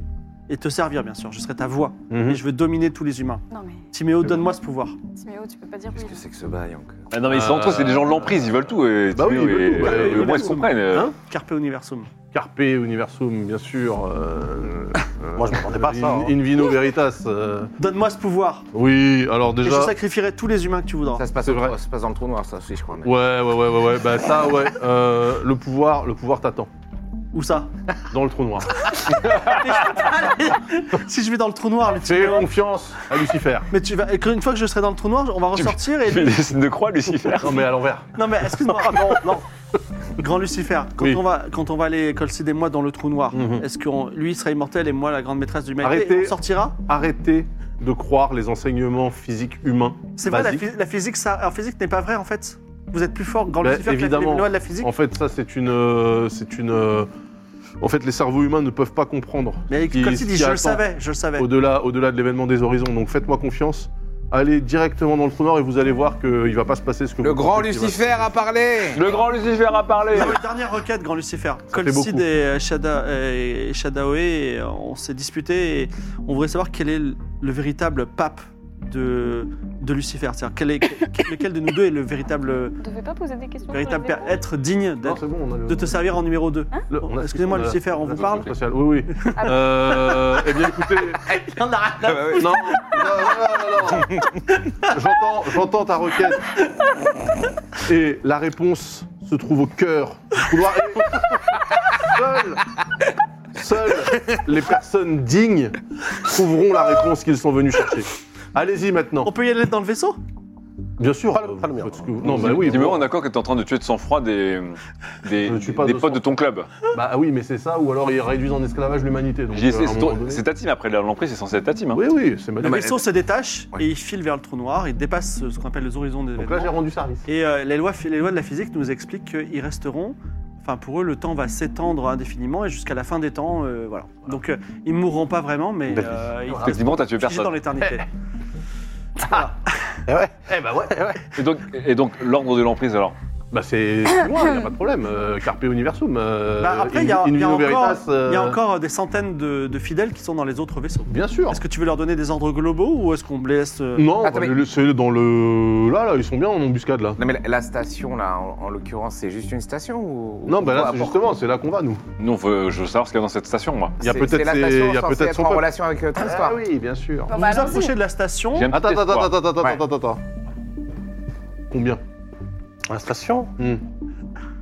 A: Et te servir, bien sûr. Je serai ta voix.
C: Mhm.
A: Et je veux dominer tous les humains.
F: Non, mais
A: Timéo, donne-moi ce pouvoir.
F: Timéo, tu peux pas dire oui.
D: Qu'est-ce que c'est que ce bail encore
B: Ah non, mais ils sont entre eux, c'est des gens de l'emprise, ils veulent tout. Et,
A: Ah
C: Bah oui, ils veulent tout, bah,
A: ils
B: au moins
A: veulent
B: ils se
A: tout.
B: comprennent. euh.
C: Hein
A: Carpe Universum.
C: Carpe Universum, bien sûr. euh, euh,
E: Moi, je m'attendais pas à ça,
C: In, in vino veritas. euh,
A: hein. Donne-moi ce pouvoir.
C: oui, alors
A: Et je
C: déjà.
A: sacrifierai tous les humains que tu voudras.
D: Ça se passe,
C: C'est
D: au-
C: vrai.
D: ça se passe dans le trou noir, ça aussi, je crois. mais-
C: Ouais, ouais, ouais, ouais, ouais. Bah ça, ouais. euh, le pouvoir, le pouvoir t'attend
A: Où ça
C: dans le trou noir.
A: Si je vais dans le trou noir, mais,
C: Fais
A: Timéo-
C: confiance à Lucifer.
A: mais tu vas. et que- Une fois que je serai dans le trou noir, on va ressortir
B: Il fait
A: et.
B: des signes de croix, Lucifer.
C: Non mais à l'envers.
A: Non, mais excuse-moi. non, non. Grand Lucifer, quand,
C: Oui.
A: on va, quand on va aller Colcide et moi dans le trou noir,
C: Mhm.
A: est-ce que on- lui sera immortel et moi la grande maîtresse du maître
C: Arrêtez.
A: On sortira
C: Arrêtez de croire les enseignements physiques humains.
A: C'est vrai, la,
C: Basique.
A: phy- la physique, ça, la physique n'est pas vraie en fait. Vous êtes plus fort, grand
C: Ben,
A: Lucifer, que
C: évidemment.
A: les lois de la physique.
C: En fait, ça c'est une, euh, c'est une. euh, en fait, les cerveaux humains ne peuvent pas comprendre.
A: Mais
C: ce qui-
A: Colcide
C: ce
A: dit,
C: qui
A: je le
C: attend
A: savais, je le savais.
C: Au-delà, au-delà de l'événement des horizons. Donc faites-moi confiance. Allez directement dans le trou noir et vous allez voir qu'il va pas se passer ce que
D: Le
C: vous
D: grand
C: pensez qu'il va se
D: Lucifer a parlé
B: Le grand Lucifer a parlé.
A: Dans les dernières requêtes, grand Lucifer,
C: fait
A: Colcide
C: beaucoup.
A: et euh, Shada- et Shadaoe, et, euh, on s'est disputé et on voudrait savoir quel est le le véritable pape de, de Lucifer. C'est-à-dire, quel est- quel- lequel de nous deux est le véritable,
F: Vous devez pas poser des questions. sur
A: véritable
F: les
A: père- être digne
C: Non,
A: d'être-
C: c'est bon, on a le-
A: de te servir en numéro 2
C: le- on a-
A: Excusez-moi,
C: on a-
A: Lucifer, on vous parle
C: Social, Oui, oui.
F: Ah bon.
C: Euh, eh bien, écoutez,
A: On a rien à-
D: Ah bah oui.
C: Euh, non, non, non, non, non. J'entends, j'entends ta requête. Et la réponse se trouve au cœur du couloir. Et Seules, seules les personnes dignes trouveront la réponse qu'ils sont venus chercher. Allez-y maintenant.
A: On peut y aller dans le vaisseau
C: Bien sûr.
E: Pas le-
C: euh,
E: pas le mien.
C: parce que- Non, bah oui.
B: Dis-moi,
C: bon,
B: on est d'accord que t'es en train de tuer de sang-froid des, des,
C: Je tue pas
B: des
C: de
B: potes de ton club.
C: Bah oui, mais c'est ça, ou alors ils réduisent en esclavage l'humanité. donc,
B: J'y ai-
C: euh, à un
B: C'est
C: moment
B: ton-
C: donné-
B: c'est ta team après l'emprise, c'est censé être ta team. hein.
C: Oui, oui, c'est
A: Le
C: magnifique.
A: vaisseau se détache
D: Ouais.
A: et il file vers le trou noir, il dépasse ce ce qu'on appelle les horizons des
C: Donc là, j'ai
A: événements.
C: rendu service.
A: Et euh, les, lois, les lois de la physique nous expliquent qu'ils resteront. Enfin, pour eux, le temps va s'étendre indéfiniment et jusqu'à la fin des temps, euh, voilà. Donc, euh, ils mourront pas vraiment, mais
E: Belle vie.
A: euh, ils resteront
B: Effectivement, Bah, t'as tué
A: dans
B: personne.
A: l'éternité.
E: Eh ouais, eh bah ouais, eh ouais.
B: Et donc, et donc l'ordre de l'emprise alors
C: Bah c'est c'est moi, il n'y a pas de problème. euh, Carpe Universum. euh,
A: Bah, après, il y,
C: in-
A: a-
C: in
A: il y a
C: vino
A: encore-
C: veritas, euh,
A: il y a encore des centaines de, de fidèles qui sont dans les autres vaisseaux.
C: Bien sûr.
A: Est-ce que tu veux leur donner des ordres globaux ou est-ce qu'on me laisse. euh,
C: Non, on va
D: Attends, mais-
C: les laisser dans le. Là, là, ils sont bien en embuscade là.
D: Non mais la, la station là, en, en l'occurrence, c'est juste une station ou
C: Non, bah là, c'est
D: ou-
C: justement, c'est là qu'on va, nous.
B: Nous, on veut- je veux savoir ce qu'il y a dans cette station, moi. Ah,
C: Il y a
D: c'est-
C: peut-être
D: c'est la
C: ses-
D: station
C: il y a
D: censée
C: peut-être
D: être
C: son
D: en
C: pote.
D: relation avec euh, ton histoire.
C: Ah oui, bien sûr.
F: Bon,
A: Vous
F: bah,
A: vous
F: allons-y.
A: approchez de la station.
B: J'ai un
C: Attends,
B: petit
C: attends,
B: espoir.
C: attends, attends,
D: Ouais.
C: attends, attends, attends. Combien
E: La station
C: Hmm.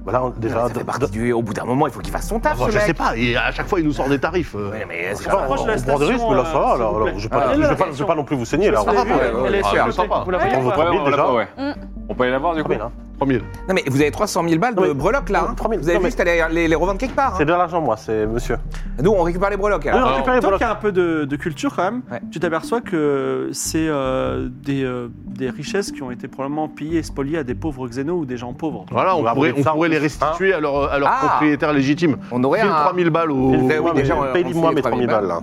E: Bah là, on-
D: Ça
E: déjà,
D: fait
E: d-
D: partie
E: d-
D: du- Au bout d'un moment, il faut qu'il fasse son taf,
C: Ah, bah,
D: ce
C: Je
D: mec.
C: sais pas, et à chaque fois, il nous sort des tarifs. euh.
D: Ouais, mais c'est
E: je sais pas,
D: pas-
E: on,
A: Approche de la
E: on prend des risques,
A: station,
E: mais là,
A: euh,
E: ça va.
A: s'il
E: Alors,
A: vous
E: alors,
A: plaît.
E: je vais pas,
D: Ah,
E: je
A: la
E: vais pas- je
A: station. euh,
E: vais pas non plus vous saigner,
A: Je
E: là.
A: vous l'ai
D: Ah,
A: vu,
D: ouais, ouais,
A: elle est
C: ouais,
A: sur
C: ouais,
A: le côté.
C: sympa.
A: Vous la
F: Ouais.
A: voyez
C: On vous
A: pas
C: prend
B: Ouais,
C: mille,
B: on la
C: déjà.
B: prend, ouais.
F: Mm.
B: On peut aller la voir du coup.
E: 3000, hein.
C: 3000.
D: Ah, Non mais vous avez 300 000 balles de
E: Non, mais-
D: breloques là. hein.
E: 3 000,
D: Vous avez
E: non, mais-
D: juste à les, les- les revendre quelque part. hein.
E: C'est de l'argent, moi, c'est monsieur.
D: Nous, on récupère les breloques.
E: Oui,
D: alors.
E: on récupère les
A: Toi
E: breloques.
A: qui as un peu de, de culture quand même,
D: Ouais.
A: tu t'aperçois que c'est euh, des, euh, des richesses qui ont été probablement pillées et spoliées à des pauvres xénos ou des gens pauvres.
C: Voilà,
E: On
C: on
E: va
C: pourrait,
E: brûler
C: on
E: ça en
C: pourrait les
E: plus.
C: restituer à leur, à leur
D: Ah.
C: propriétaire légitime.
D: On aurait
C: File
D: un.
C: 3000 balles au.
D: File- oui, déjà, on- on
E: paye moi
D: fait 3 000
E: mes 3000 balles, là.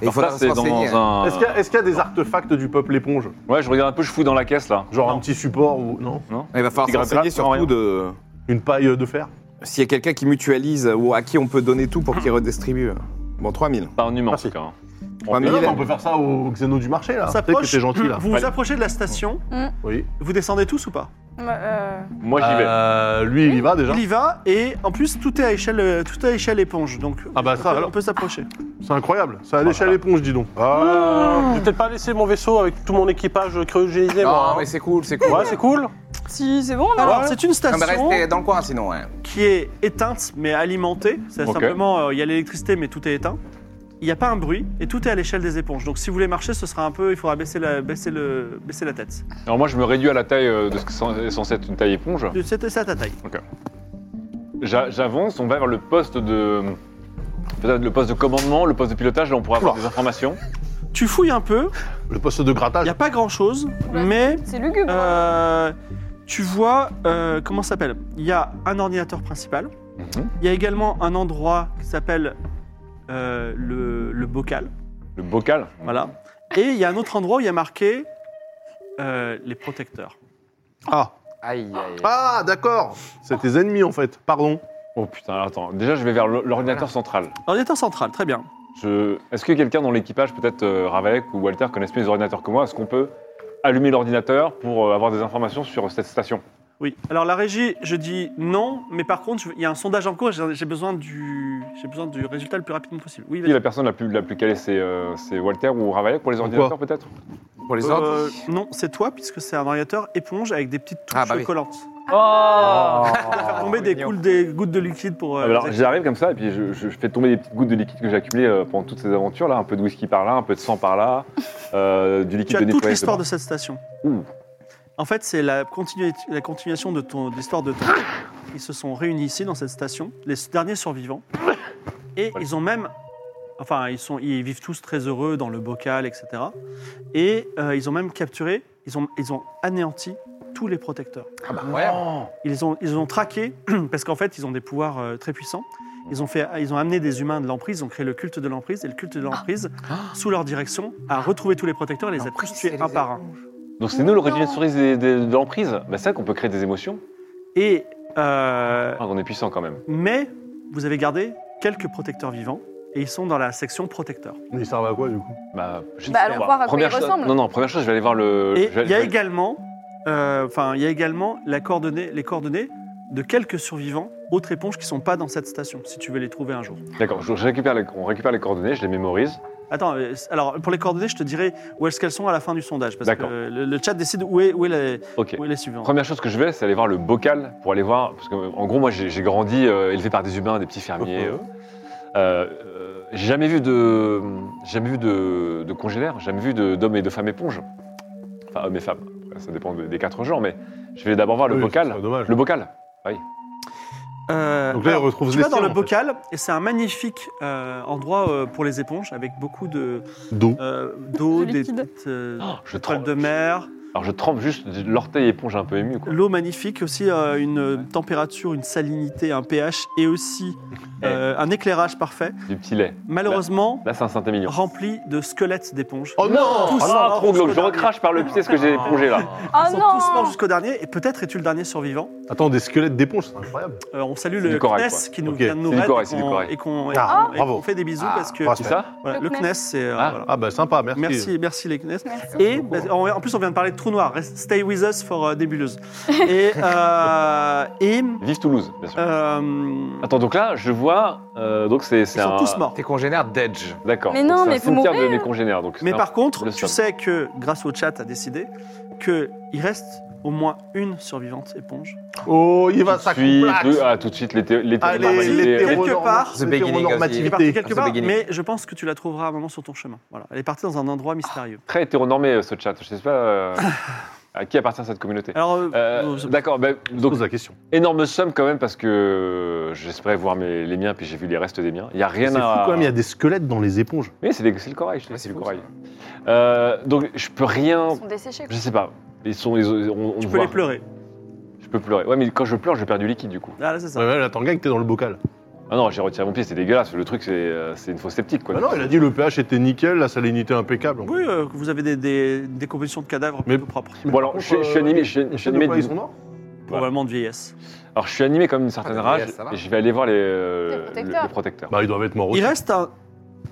D: Il
B: Alors
D: faudra
B: ça, c'est
D: se renseigner.
B: dans un.
C: Est-ce qu'il y, a- est-ce qu'il y a des artefacts du peuple éponge
B: Ouais, je regarde un peu, je fouille dans la caisse là.
C: Genre un petit support ou. Non
B: Non
D: Il
B: Petit
D: va falloir s'enseigner
B: gratte-gratte, sans
D: surtout de
C: Une paille de fer
D: s'il y a quelqu'un qui mutualise ou à qui on peut donner tout pour qu'il redistribue. Bon, 3000.
B: Pas un humain en
E: Merci.
B: tout cas. hein.
D: Trois
C: Mais
D: mille.
C: non, mais on peut faire ça aux xénos du marché là.
A: On
C: Peut-être que
A: s'approche.
C: t'es gentil là.
A: Vous
B: Ouais.
A: vous approchez de la station.
C: Oui.
A: Vous descendez tous ou pas
F: Euh,
B: Moi, j'y vais.
C: Euh, lui, il y va déjà.
A: Il y va et en plus tout est à échelle, euh, tout est à échelle éponge, donc
C: Ah bah
A: on
C: ça,
A: peut-
C: alors.
A: on peut s'approcher.
C: C'est incroyable. Ça a l'échelle éponge, dis donc.
A: Ah.
C: Ah.
E: Je vais Ah. peut-être pas laisser mon vaisseau avec tout mon équipage cryogénisé, moi.
D: Non,
E: hein.
D: mais c'est cool, c'est cool.
E: Ouais, c'est cool.
F: Si, c'est bon, on a
A: Alors c'est une
D: Non, mais
A: station
D: restez dans le coin sinon. ouais.
A: qui est éteinte mais alimentée. C'est
B: Ok.
A: simplement euh, il y a l'électricité mais tout est éteint. Il n'y a pas un bruit et tout est à l'échelle des éponges. Donc si vous voulez marcher, ce sera un peu, il faudra baisser la, baisser le, baisser la tête.
B: Alors moi, je me réduis à la taille euh, de ce qui est censé être une taille éponge.
A: C'était ça ta taille.
B: J'a- J'avance, on va vers le poste de. Peut-être le poste de commandement, le poste de pilotage, là on pourra avoir
C: Oula.
B: des informations.
A: Tu fouilles un peu,
C: Le poste de
A: il n'y
C: grattage.
A: a pas grand chose,
F: Oula.
A: mais
F: C'est lugubre.
D: hein.
A: euh, tu vois, euh, comment ça s'appelle Il y a un ordinateur principal,
B: Mhm.
A: il y a également un endroit qui s'appelle euh, le, le bocal,
B: Le bocal.
A: voilà. Et il y a un autre endroit où il y a marqué euh, les protecteurs.
C: Ah.
D: Aïe, aïe.
C: Ah, d'accord. C'est tes ennemis en fait. Pardon.
B: Oh putain, alors attends. Déjà, je vais vers l'o- l'ordinateur central.
A: Ordinateur central, très bien.
B: Je... Est-ce que quelqu'un dans l'équipage, peut-être euh, Ravec ou Walter, connaissent mieux les ordinateurs que moi Est-ce qu'on peut allumer l'ordinateur pour euh, avoir des informations sur cette station
A: Oui. Alors la régie, je dis non, mais par contre, je veux- il y a un sondage en cours. J'ai j'ai besoin du, j'ai besoin du résultat le plus rapidement possible. Oui.
B: Qui est
A: vas-y.
B: la personne la plus, la plus calée C'est euh, c'est Walter ou Ravec pour les
C: Pourquoi
B: ordinateurs, peut-être
D: Pour les
A: Euh,
D: autres.
A: non, c'est toi puisque c'est un ordinateur éponge avec des petites touches
D: Ah, bah oui.
A: collantes.
B: Oh
A: Faire tomber des,
D: mignon.
A: coules- des gouttes de liquide pour. euh,
B: Ah bah alors
A: les-
B: j'arrive comme ça et puis je, je fais tomber des petites gouttes de liquide que j'ai accumulées euh, pendant toutes ces aventures là, un peu de whisky par là, un peu de sang par là, euh, du
A: tu
B: liquide
A: as
B: de
A: toute
B: nettoyage.
A: l'histoire de cette station.
B: Ouh.
A: En fait, c'est la, continu- la continuation de, ton, de l'histoire de ton. Ils se sont réunis ici dans cette station, les derniers survivants, et ils ont même, enfin, ils sont, ils vivent tous très heureux dans le bocal, etc. Et euh, ils ont même capturé, ils ont, ils ont anéanti tous les protecteurs.
D: Ah bah ouais.
A: Ils ont, ils ont traqué parce qu'en fait, ils ont des pouvoirs euh, très puissants. Ils ont, fait, ils ont amené des humains de l'emprise, ils ont créé le culte de l'emprise, et le culte de l'emprise,
B: Ah.
A: sous leur direction, a retrouvé tous les protecteurs et les a tous tués un par un.
B: Donc c'est nous l'origine cerise des- des- de l'emprise bah, C'est vrai qu'on peut créer des émotions
A: Et euh,
B: Ah, On est puissant quand même.
A: mais vous avez gardé quelques protecteurs vivants et ils sont dans la section protecteurs.
C: Mais ils servent à quoi du coup
B: Bah, je
F: Bah, allons voir à quoi
B: première
F: ils
B: chose-
F: ressemblent.
B: Non, non, première chose, je vais aller voir
C: Euh,
B: le.
A: Et
B: je vais-
A: il y a
B: je vais-
A: également, euh, enfin, il y a également la coordonnée, les coordonnées de quelques survivants, autres éponges qui sont pas dans cette station, si tu veux les trouver un jour.
B: D'accord, je- je récupère les- on récupère les coordonnées, je les mémorise.
A: Attends, euh, alors pour les coordonnées, je te dirai où est-ce qu'elles sont à la fin du sondage, parce que
B: D'accord.
A: euh, le, le chat décide où est, où est, la-
B: Ok.
A: où est les suivants.
B: Première chose que je vais, c'est aller voir le bocal pour aller voir. Parce que, en gros, moi, j'ai j'ai grandi euh, élevé par des humains, des petits fermiers. euh. Euh, euh, j'ai jamais vu de, j'ai jamais vu de, de congélaire, j'ai jamais vu de- d'hommes et de femmes éponges. Enfin, hommes et femmes. Après, Ça dépend des, des quatre genres, mais je vais d'abord voir le
C: Oui,
B: bocal.
C: ça serait dommage.
B: Le bocal. Ah
A: Euh,
C: Donc là, ils
A: alors,
C: retrouvent
A: tu
C: les
A: vas dans
C: siens,
A: le
C: en fait.
A: bocal et c'est un magnifique euh, endroit euh, pour les éponges avec beaucoup de
C: D'eau.
A: euh, d'eau,
F: Du
A: des
F: liquide.
A: petites euh,
B: Oh, je
A: étoiles
B: trempe.
A: de mer.
B: Alors, je trempe juste l'orteil éponge un peu ému. Quoi.
A: L'eau magnifique, aussi euh, une euh, température, une salinité, un pH et aussi euh, un éclairage parfait,
B: du petit lait.
A: malheureusement
B: Là, c'est un Saint-Émilion.
A: rempli de squelettes d'éponges.
C: Oh non Ah.
A: Tous morts
B: Oh non, trop glauque,
A: jusqu'au
B: je
A: dernier.
B: recrache par le pied ce que j'ai épongé là.
F: Oh
A: Ils sont tous morts
F: non
A: jusqu'au dernier, et peut-être es-tu le dernier survivant.
C: Attends, des squelettes d'éponges, c'est incroyable.
A: Euh, on salue
B: C'est
A: le
B: du Corail,
A: CNES qui nous
C: Ok,
A: vient de nous
B: c'est du
A: raid
B: Corail,
A: et
B: c'est du
A: qu'on-
B: Corail.
A: et qu'on et
C: Ah,
A: qu'on- et
C: bravo.
A: qu'on fait des bisous
D: Ah,
A: parce que
B: C'est
C: respect.
B: ça
A: voilà,
F: Le
A: le
F: CNES.
A: CNES, c'est... euh,
B: Ah,
A: voilà.
C: Ah bah sympa, merci.
A: Merci, merci les CNES.
F: Merci.
A: Et bah, en, en plus, on vient de parler de trou noir. Rest- Stay with us for euh, Nebuleuse. Et, euh, et
B: Vive Toulouse, bien sûr.
A: euh,
B: Attends, donc là, je vois. euh, donc c'est c'est
A: ils sont
B: un.
A: tous morts.
D: Tes congénères d'Edge.
B: D'accord.
F: Mais non,
B: Donc,
F: mais
B: c'est un
F: vous
B: cimetière
F: mourrez,
B: de mes
F: hein.
B: congénères. Donc
A: Mais
B: c'est un-
A: par contre,
B: le
A: tu
B: seul.
A: sais que grâce au chat, a décidé que il reste au moins une survivante éponge.
C: Oh, il
B: tout
C: va
B: de suite,
C: s'accomplir.
B: le- ah, tout de suite, les thé- les
C: Allez,
B: théories.
A: les
B: Euh,
A: théories.
C: l'hétéronorm-
A: part,
D: The
A: Elle est partie
D: beginning of the-
C: l'hétéronormativité.
A: quelque
D: Ah,
A: part,
D: c'est beginning.
A: mais je pense que tu la trouveras à un moment sur ton chemin. Voilà, elle est partie dans un endroit mystérieux.
B: Très hétéronormé euh, ce chat. Je sais pas euh, à qui appartient cette communauté.
A: Alors, euh,
B: Euh,
A: euh, je-
B: D'accord, ben, donc
C: Pose la question.
B: énorme somme quand même parce que euh, j'espérais voir mes, les miens puis j'ai vu les restes des miens. Il y a
C: C'est
B: rien
C: fou
B: à.
C: quand même, il y a des squelettes dans les éponges.
B: Oui, c'est des- c'est le corail. Je te
D: Ouais,
B: dis, c'est
D: c'est
B: le
D: fou,
B: corail. Euh, donc je peux rien.
F: Ils sont desséchés.
B: Je
F: quoi.
B: sais pas. Ils sont. Ils, on, on
A: tu peux
B: voit.
A: les pleurer.
B: Je peux pleurer. Ouais, mais quand je pleure, je perds du liquide du coup.
A: Ah, là, c'est ça.
C: Ouais, mais là, t'en gagnes, t'es dans le bocal.
B: Ah non, j'ai retiré mon pied, c'est dégueulasse. Le truc, c'est euh, c'est une fausse sceptique quoi.
C: Bah non, il a dit le pH était nickel, la salinité impeccable.
A: Oui, euh, vous avez des, des, des compositions de cadavres
C: Mais-
A: plutôt propres.
B: Bon, alors, je, suis- je suis animé, je, suis- je
C: Je
B: suis animé
C: ils
B: d'une-
C: sont morts
A: Probablement de vieillesse.
B: alors, je suis animé comme une certaine
D: Ah,
B: rage
D: yes, ça va.
B: et je vais aller voir les, euh,
F: Les protecteurs.
B: le- les protecteurs.
C: Bah, ils doivent être morts aussi.
A: Il reste un,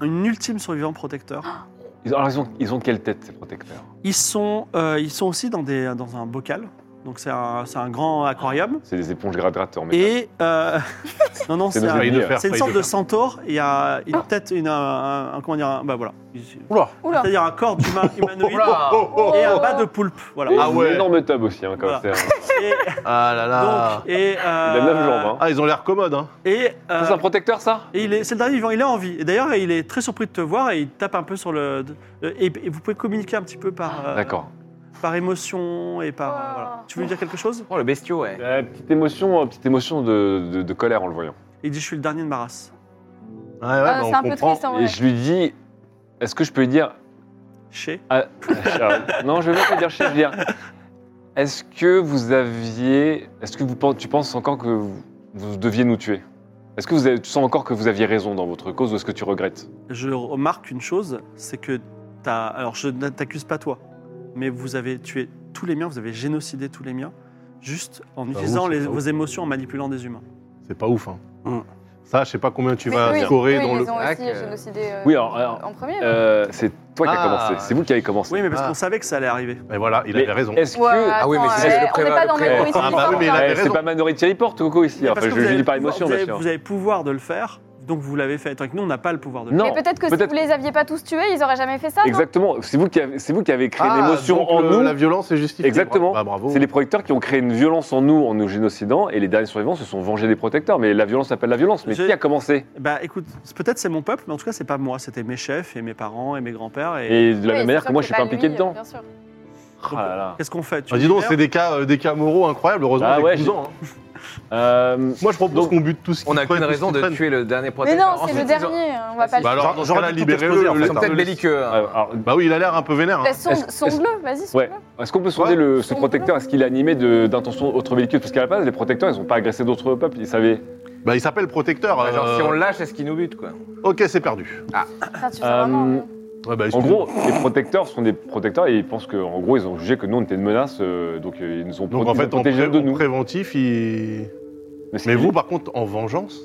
A: un ultime survivant protecteur.
B: Ils, alors, ils ont, ils ont quelle tête ces protecteurs
A: Ils sont, euh, ils sont aussi dans, des, dans un bocal. Donc, c'est un, c'est un grand aquarium.
B: C'est des éponges gradrates en métal.
A: Et. euh, non, non,
B: Ah, C'est
A: c'est
B: nos
A: un-
C: Failli de
B: euh,
C: faire,
A: C'est une
C: failli
A: sorte de
C: faire.
A: centaure. Il y a une tête, une, un, un- comment dire, un- bah voilà.
C: Oula.
F: Oula.
A: C'est-à-dire un corps d'humain humanoïde
C: Oh, oh, oh.
A: et un bas de poulpe. Voilà.
B: Et
C: Ah ouais.
B: Un énorme tub aussi, hein, comme
A: Voilà.
B: c'est.
A: Et,
C: Ah là là.
A: donc, et, euh,
B: Il a 9 jambes. hein.
C: Ah, ils ont l'air commodes, hein.
A: Et, euh,
B: Ça, c'est un protecteur, ça
A: et il est, c'est le dernier vivant, il est en vie. Et d'ailleurs, il est très surpris de te voir et il tape un peu sur le. de- et, et vous pouvez communiquer un petit peu par, euh,
B: D'accord.
A: par émotion et par. euh, voilà. Tu veux lui dire quelque chose
D: Oh, le bestiau, ouais.
B: Euh, petite émotion, euh, petite émotion de, de- de colère en le voyant.
A: Il dit Je suis le dernier de ma race.
C: Ouais, ouais,
F: Ah,
C: bah,
F: C'est
C: on
F: un peu
C: comprend.
F: triste en
B: Et
F: vrai.
B: je lui dis, est-ce que je peux lui dire
A: Chez.
B: Ah, ah, non, je vais pas te dire, je vais te dire. Est-ce que vous aviez. Est-ce que vous, pen- tu penses encore que vous, vous deviez nous tuer Est-ce que vous avez- tu sens encore que vous aviez raison dans votre cause ou est-ce que tu regrettes
A: Je remarque une chose c'est que t'as. Alors, je ne t'accuse pas toi, mais vous avez tué tous les miens, vous avez génocidé tous les miens, juste en utilisant
C: ouf, Bah, c'est
A: les-
C: pas
A: vos
C: ouf.
A: émotions, en manipulant des humains.
C: C'est pas ouf, hein.
E: Mm.
C: Ça, je sais pas combien tu
F: Mais
C: vas
F: eux, ils-
C: scorer
F: eux,
C: dans
F: ils
C: le.
F: les ont
D: pack,
F: aussi
D: euh.
F: génocidés, euh,
B: Oui, alors- alors,
F: en premier.
B: Euh, C'est toi qui as
C: Ah.
B: commencé, c'est vous qui avez commencé.
A: Oui, mais parce
C: Ah.
A: qu'on savait que ça allait arriver.
C: Et voilà, il
B: Mais
C: avait raison.
B: Est-ce que.
F: Ouais,
B: Eh,
D: Ah oui, mais
F: attends,
D: c'est-
F: eh,
D: le
F: on n'est
D: préva-
F: pas
D: le
F: dans le
D: préva-
F: même
C: Ah bah oui, mais il
F: coïncidence. hein.
C: avait
B: c'est
C: raison.
B: pas Minority Report, Coco, ici.
A: Mais
B: Enfin,
A: parce
B: je
A: que vous
B: je
A: avez
B: dis par
A: le pouvoir-
B: émotion,
A: vous
B: bien
A: avez,
B: sûr.
A: vous avez le pouvoir de le faire, donc vous l'avez fait. Tandis que nous, on n'a pas le pouvoir de le
B: Non.
F: Mais peut-être que si
B: peut-être-
F: vous les aviez pas tous tués, ils auraient jamais fait ça. non
B: Exactement, c'est vous, qui avez- c'est vous qui avez créé
C: Ah,
B: l'émotion
C: donc
B: en
C: le-
B: nous.
C: La violence est justifiée.
B: Exactement.
C: Bah, bravo.
B: C'est les protecteurs qui ont créé une violence en nous, en nous génocidant, et les derniers survivants se sont vengés des protecteurs. Mais la violence appelle la violence. Mais
A: Je-
B: qui a commencé
A: faire. Bah écoute, c'est- peut-être c'est mon peuple, mais en tout cas, c'est pas moi. C'était mes chefs et mes parents et mes grands-pères. Et...
B: Et de la même
F: Oui, c'est
B: manière
F: sûr
B: que moi,
F: que
B: je suis
F: c'est
B: pas
F: pas
B: impliqué
F: lui,
B: dedans.
F: bien sûr.
B: Oh là là.
A: Qu'est-ce qu'on fait Tu
C: Ah, dis donc,
A: libères
C: c'est des cas, euh, des cas moraux incroyables, heureusement.
B: Ah
C: avec
B: ouais,
C: 12
B: j'ai-
C: ans, hein.
B: Euh,
C: Moi, je propose qu'on bute tout ce qui
D: On a
C: traîne,
D: aucune
C: tout ce
D: raison
C: qui
D: de
C: traîne.
D: tuer le dernier
F: Mais
D: protecteur.
F: non, c'est
D: Ensuite,
F: le
D: ils ont-
F: dernier. On va
D: Bah,
F: pas
C: Bah
F: le
C: alors,
E: J'aurais
C: dans ce cas-là,
E: dû tout
C: libérez-le.
E: exploser, en
C: le
E: fait.
D: Ils
C: laissez-
D: sont peut-être
C: le laissez-
D: belliqueux. hein.
B: euh, alors,
C: Bah oui, il a l'air un peu vénère. hein.
F: Bah, sonde-
B: Est-ce- est-ce-
F: Sonde-le, vas-y,
B: Ouais.
F: sonde-le.
B: Est-ce qu'on peut sonder
C: Ouais.
B: le, ce protecteur Est-ce qu'il est animé de- d'intentions autres belliqueuses Parce qu'à la base, les protecteurs, ils n'ont pas agressé d'autres peuples. Ils savaient.
C: Bah, il s'appelle protecteur.
D: Ouais, genre,
C: euh,
D: si on le lâche, est-ce qu'il nous bute, quoi
C: Ok, c'est perdu.
A: Ah.
F: Enfin, tu fais vraiment,
B: Euh,
F: hein.
C: Ouais, bah,
B: En
C: excuse-moi.
B: gros, les protecteurs sont des protecteurs et ils pensent qu'en gros, ils ont jugé que nous, on était une menace. euh, donc, euh, ils nous ont,
C: Donc
B: pro-
C: en
B: ils ont
C: fait, en,
B: protégés
C: pré-
B: de
C: en
B: nous.
C: préventif, il...
B: ce
C: Mais
B: qui-
C: vous, par contre, en vengeance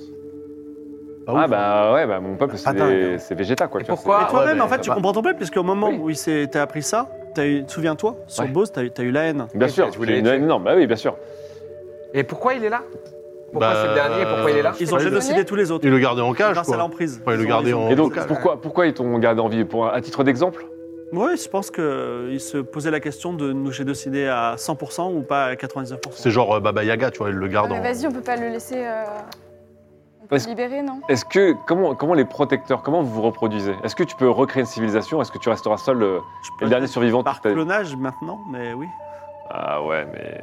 C: pas
B: Ah
C: ouf, hein.
B: bah ouais, bah, mon peuple,
C: Pas
B: c'est
C: dingue,
B: des-
C: hein.
B: c'est Vegeta, quoi.
D: Et
B: tu vois, c'est-
D: pourquoi
A: Et toi-même,
C: ouais,
A: en fait,
C: mais
A: tu
C: bah-
A: comprends ton peuple, puisque au moment
B: Oui.
A: où il s'est- t'as appris ça, t'as eu- souviens-toi, sur
B: Ouais.
A: Bose, t'as eu, t'as eu la haine.
B: Bien
D: Et
B: sûr,
D: peut-être vous
B: j'ai une
D: l'avez
B: haine énorme. Bah oui, bien sûr.
D: Et pourquoi il est là Pourquoi
C: Bah,
D: c'est le dernier et Pourquoi il est là
A: Ils ont
C: Ouais,
A: génocidé tous les autres.
C: Il le gardait en cage,
A: grâce à
C: quoi.
A: l'emprise.
C: Ouais, il le gardait en
B: Et donc,
C: cage.
B: pourquoi, pourquoi ils t'ont gardé en vie pour, À titre d'exemple
A: Oui, je pense qu'ils se posaient la question de nous génocider à 100% ou pas à 99%.
C: C'est genre euh, Baba Yaga, tu vois, il le
F: Ouais,
C: garde
F: Ah, mais
C: en...
F: Vas-y, on peut pas le laisser euh, on peut
B: Parce-
F: le libérer, non
B: Est-ce que comment, comment les protecteurs, comment vous vous reproduisez Est-ce que tu peux recréer une civilisation Est-ce que tu resteras seul
A: Je
B: euh, et
A: peux
B: le dernier
A: être
B: survivant de
A: par
B: ta vie
A: clonage maintenant, mais oui.
B: Ah ouais, mais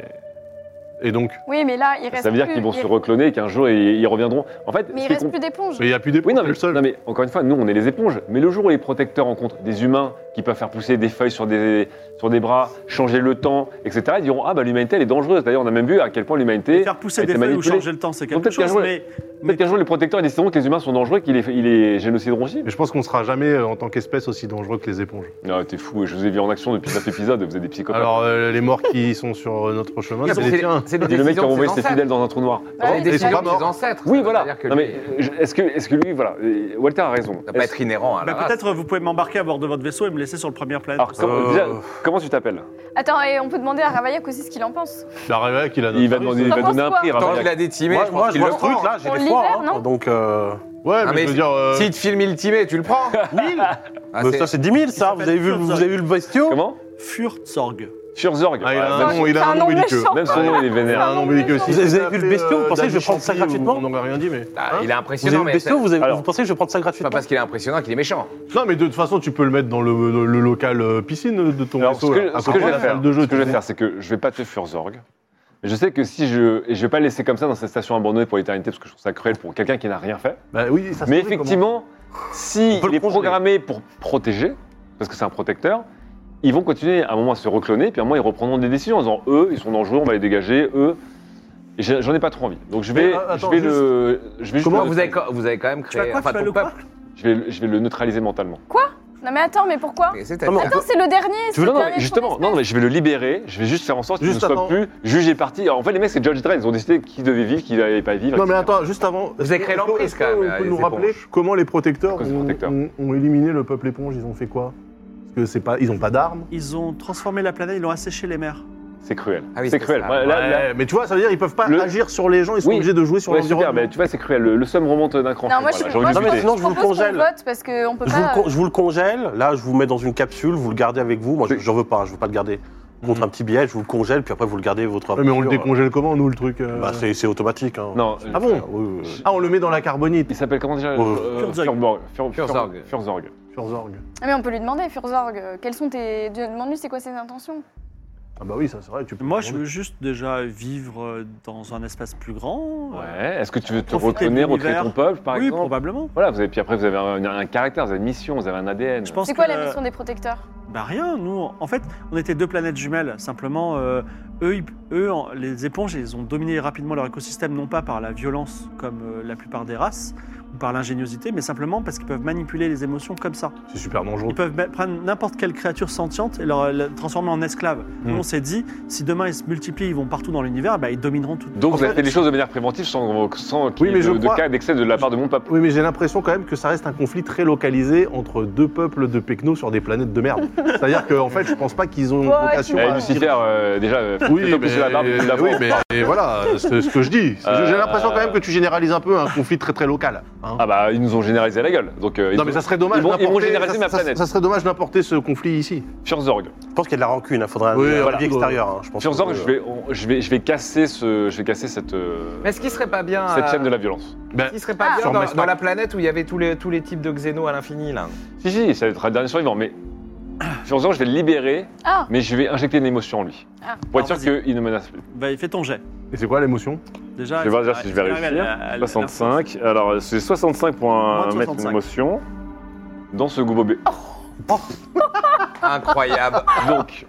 C: Et donc,
F: Oui, mais là, il reste.
B: ça veut dire
F: plus-
B: qu'ils vont
F: il-
B: se recloner et qu'un jour ils, ils reviendront. En fait, ce
F: Mais il
B: qui
F: reste
B: compte-
F: plus d'éponge.
C: mais il n'y a plus d'éponge,
B: oui, non,
C: t'es
B: mais,
C: le seul.
B: non, mais encore une fois, nous on est les éponges. Mais le jour où les protecteurs rencontrent des humains qui peuvent faire pousser des feuilles sur des, sur des bras, changer le temps, etc., ils diront Ah bah l'humanité elle est dangereuse. D'ailleurs, on a même vu à quel point l'humanité.
A: Faire pousser
B: a
A: des
B: été
A: feuilles ou
B: manipulé.
A: changer le temps, c'est
B: Donc
A: quelque
B: peut-être qu'un
A: chose,
B: jour,
A: mais Mais-
B: Peut-être qu'un jour, les protecteurs ils décideront que les humains sont dangereux, qu'ils les, ils les génocideront aussi.
C: Mais je pense qu'on sera jamais, euh, en tant qu'espèce, aussi dangereux que les éponges.
B: Non, Ah, t'es fou, je vous ai vu en action depuis 9 épisodes, vous êtes des psychopathes.
C: Alors, euh, les morts qui sont sur euh, notre chemin,
D: C'est
C: c'est les tiens.
D: c'est les
B: Et le mec qui a
D: décisions de
B: envoyé
D: ses
B: ses
D: ancêtres.
B: fidèles dans un trou noir.
D: C'est les
F: Ouais,
C: ils sont
D: décisions
C: pas
D: de
C: morts.
D: ses ancêtres.
B: Oui,
D: Ça
B: voilà.
D: veut dire que
B: Non,
D: lui,
B: mais je- est-ce que, est que lui, voilà, euh, Walter a raison.
D: il doit pas
B: Est-ce-
D: être inhérent à la
A: Bah,
D: race.
A: Peut-être vous pouvez m'embarquer à bord de votre vaisseau et me laisser sur le premier planète.
B: Alors, comment,
C: Euh.
B: déjà, comment tu t'appelles
F: Attends, et on peut demander à Ravaillac aussi ce qu'il en pense.
C: La Réveil qu'il a
B: Il va
C: notre-
B: demander, il
F: Ça
B: va
F: pense
B: donner un
F: quoi
B: prix.
D: Tant
B: Raphaël.
D: qu'il a décimé,
E: moi,
D: je
E: moi,
D: pense
E: je
D: qu'il le
E: vois ce truc
D: prend.
E: là,
F: On
E: j'ai l'espoir.
F: libère, non
E: Hein. Donc, euh...
C: Ouais, mais,
D: Ah, mais
C: je veux dire. euh,
D: Si il te filme ultimé, tu le prends.
E: 1000
D: Ah,
E: Bah,
D: c'est-
E: Ça, c'est 10 000, ça.
A: Il
E: Vous avez, vu,
A: s'appelle
E: vous avez vu le bestiau
B: Comment
A: Furzorg.
B: Furzorg.
C: Ah, il a
B: Ouais,
C: un
B: même-
C: nom, il
F: C'est
C: a
F: un
C: un nom
F: nom
C: belliqueux.
F: méchant.
B: Même son nom, il est
C: Il
B: vénère.
C: a un nom belliqueux aussi.
E: Vous avez- vous avez vu le bestiau, vous pensez que je
C: prends
E: prends ça gratuitement
C: On n'aurait rien dit, mais.
D: Ah, Il est
E: Vous avez
D: impressionnant,
E: vu le
D: mais c'est
E: bestiau vous, avez-
B: Alors-
E: vous pensez que je vais prendre ça
D: c'est pas
E: gratuitement
D: parce qu'il est impressionnant qu'il est méchant.
C: Non, mais de toute façon, tu peux le mettre dans le, le- le local euh, piscine de ton
B: Alors, ce
C: vaisseau.
B: que,
C: là, à
B: ce que
C: côté
B: je
C: de
B: vais
C: la
B: faire,
C: salle de jeu,
B: ce que
C: tu
B: je vais
C: sais.
B: faire, c'est que je vais pas te Furzorg. Mais Je sais que si je. Et je vais pas le laisser comme ça dans cette station abandonnée pour l'éternité, parce que je trouve ça cruel pour quelqu'un qui n'a rien fait.
C: Bah oui, ça se
B: Mais
C: fait comment
B: effectivement, si
C: On peut le
B: il est
C: congeler.
B: programmé pour protéger, parce que c'est un protecteur, ils vont continuer à un moment à se recloner, puis à un moment ils reprendront des décisions en disant eux, ils sont dangereux, on va les dégager, eux. Et j'ai- J'en ai pas trop envie. Donc je vais,
C: Mais, euh, attends,
B: je vais le, je vais juste
D: Comment
B: le-
D: vous avez, co- vous avez quand même
A: Tu vas
D: créé.
A: quoi
D: enfin,
A: Tu vas
D: ton
A: le quoi
D: peuple.
B: je vais, le- je vais le neutraliser mentalement.
F: Non mais attends, mais pourquoi
D: Mais
E: Ah, mais on
D: c'est-à-dire-
F: Attends, c'est le dernier. c'est
B: Non,
F: le
B: non,
F: dernier
B: mais
F: de
B: justement,
F: son
B: non, non, mais je vais le libérer. Je vais juste faire en sorte qu'il ne
C: Juste
B: soit
C: attends.
B: plus jugé parti. Alors, en fait, les mecs, c'est Judge Dredd. Ils ont décidé qui devait vivre, qui n'allait pas vivre.
C: Non, mais
B: etc.
C: attends, juste avant.
D: Vous avez créé l'emprise,
C: est-ce
D: quand
C: que-
D: même,
C: est-ce que
D: là,
B: Ah,
C: On peut
D: les
C: nous rappeler
D: éponges.
C: comment les protecteurs,
B: À cause des
C: ont,
B: protecteurs.
C: ont- ont éliminé le peuple éponge Ils ont fait quoi Parce que c'est pas, ils ont pas d'armes.
A: Ils ont transformé la planète, ils l'ont asséché les mers.
B: C'est cruel.
D: Ah oui,
B: c'est
D: c'est
B: cruel.
D: ça.
B: Voilà, là- là-
A: Eh,
C: Ouais, mais tu vois, ça veut dire ils peuvent pas
B: Le-
C: agir sur les gens. Ils sont
B: Oui.
C: obligés de jouer sur
B: Ouais, super,
C: l'environnement.
B: mais tu vois, c'est cruel. Le, le seum remonte d'un cran.
F: Non, moi, je
B: Voilà,
F: suis-
B: j'ai envie
F: moi,
B: de
F: je-
B: buter.
C: sinon, je vous
F: propose qu'on
C: congèle.
F: vote parce qu'on peut
E: je vous, le
F: pas.
E: con- je vous le congèle, là je vous le mets dans une capsule, vous le gardez avec vous. Moi je- j'en veux pas, hein, je veux pas le garder. Contre
A: Mhm.
E: un petit billet, je vous le congèle, puis après vous le gardez votre.
C: Ouais, mais on le
E: aventure.
C: décongèle comment nous le truc euh
E: Bah, c'est c'est automatique. hein.
B: Non.
C: Ah bon
E: Oui, oui, oui.
C: Ah, on le met dans la carbonite.
B: Il s'appelle comment déjà
E: Oh,
B: Euh,
A: Furzorg.
B: Furzorg. Fur-
D: Furzorg.
B: Fur- Furzorg.
C: Sur Zorg.
F: Ah, mais on peut lui demander, Furzorg, euh, quelles sont tes. Demande-lui c'est quoi ses intentions.
C: Ah bah oui, ça c'est vrai. Tu peux
A: Moi, je veux juste déjà vivre euh, dans un espace plus grand. euh,
B: Ouais. Est-ce que tu veux te
A: Profiter de
B: recloner, recréer ton
A: l'univers.
B: peuple, par
A: oui,
B: exemple
A: probablement.
B: Voilà, vous avez, puis après, vous avez un, un caractère, vous avez une mission, vous avez un ADN.
A: Je pense
F: C'est quoi
A: que,
F: la mission des protecteurs
A: Bah rien, nous, en fait, on était deux planètes jumelles. Simplement, euh, eux, ils- eux, en- les éponges, ils ont dominé rapidement leur écosystème, non pas par la violence comme euh, la plupart des races, ou par l'ingéniosité, mais simplement parce qu'ils peuvent manipuler les émotions comme ça.
C: C'est super dangereux.
A: Ils peuvent ma- prendre n'importe quelle créature sentiente et leur- la transformer en esclave.
B: Hmm.
A: Nous, on s'est dit, si demain ils se multiplient, ils vont partout dans l'univers, bah, ils domineront tout.
B: Donc, vous avez fait les choses de manière préventive sans, sans qu'il y
C: Oui, mais
B: ait de,
C: je
B: de
C: crois-
B: cas d'excès de la part de mon peuple.
C: Oui, mais j'ai l'impression quand même que ça reste un conflit très localisé entre deux peuples de Pecno sur des planètes de merde. C'est-à-dire qu'en fait, je pense pas qu'ils ont
F: Ouais,
C: une
F: ouais,
C: vocation
F: tu
B: Eh,
F: vois.
C: à
B: Lucifer, euh, déjà, euh,
C: Oui,
B: fais-toi pousser la barbe, tu la
C: oui,
B: vois.
C: mais et voilà, c'est ce que je dis. C'est- J'ai
B: Euh,
C: l'impression quand même que tu généralises un peu un conflit très très local. hein.
B: Ah bah, ils nous ont généralisé la gueule. Donc, euh, ils
C: non,
B: ont-
C: mais ça serait dommage.
B: ils vont- ils vont
C: d'importer-
B: généraliser
C: ça-
B: ma
C: ça-
B: planète.
C: Ça serait dommage d'importer ce conflit ici.
B: Furzorg.
E: Je pense qu'il y a de la rancune, il faudra
C: Oui,
E: un
C: voilà.
E: avis extérieur. hein, je pense
B: Furzorg,
E: que-
B: je vais, on- je vais, je vais casser ce, je vais casser cette, euh,
D: Mais est-ce qu'il serait pas bien.
B: cette
D: euh,
B: chaîne de la violence.
C: Ben,
D: Il serait pas
F: Ah.
D: bien
C: Sur
D: dans,
C: Max
D: dans
C: Max.
D: la planète où il y avait tous les, tous les types de xénos à l'infini, là.
B: Si, si, ça va être le dernier survivant, mais Furzorg, je vais le libérer,
G: Oh.
F: Ah
B: mais je vais injecter une émotion en lui.
F: Ah.
B: Pour être
A: Alors,
B: sûr qu'il ne menace plus.
A: Bah, fais ton jet.
C: et c'est quoi l'émotion
A: Déjà,
B: Je vais voir
A: est-ce
B: déjà
A: que-
B: si je vais
A: est-ce que tu
B: réussir.
A: arrives à la- à la-
B: 65. Alors, c'est 65 pour
A: Moins
B: un,
A: de
B: mettre une
A: 65.
B: émotion dans ce goût bobé.
A: Oh.
D: Incroyable.
B: Donc,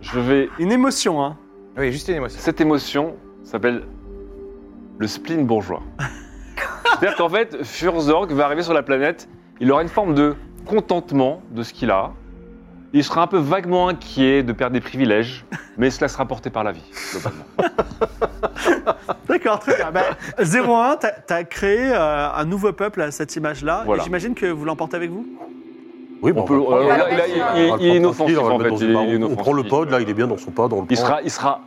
B: je vais.
A: Une émotion, hein.
D: Oui, juste une émotion.
B: Cette émotion s'appelle le spleen bourgeois. C'est-à-dire qu'en fait, Furzorg va arriver sur la planète, il aura une forme de contentement de ce qu'il a. Il sera un peu vaguement inquiet de perdre des privilèges, mais cela sera porté par la vie, globalement.
A: D'accord, très bien. Bah, 01, t'as t'as créé euh, un nouveau peuple à cette image-là.
B: Voilà.
A: Et J'imagine que vous l'emportez avec vous.
E: Oui,
B: On
E: bah,
B: peut-
E: on va-
B: euh,
E: on va
B: là,
E: le
B: là,
E: prendre
B: il- il- il est
E: tranquille,
B: inoffensif,
E: on va le
B: en
E: mettre
B: fait,
E: dans une
B: il est
E: barre. On
B: inoffensif.
E: prend le pod, là, il est bien dans son pod. on le
B: Il
E: prend.
B: sera, il sera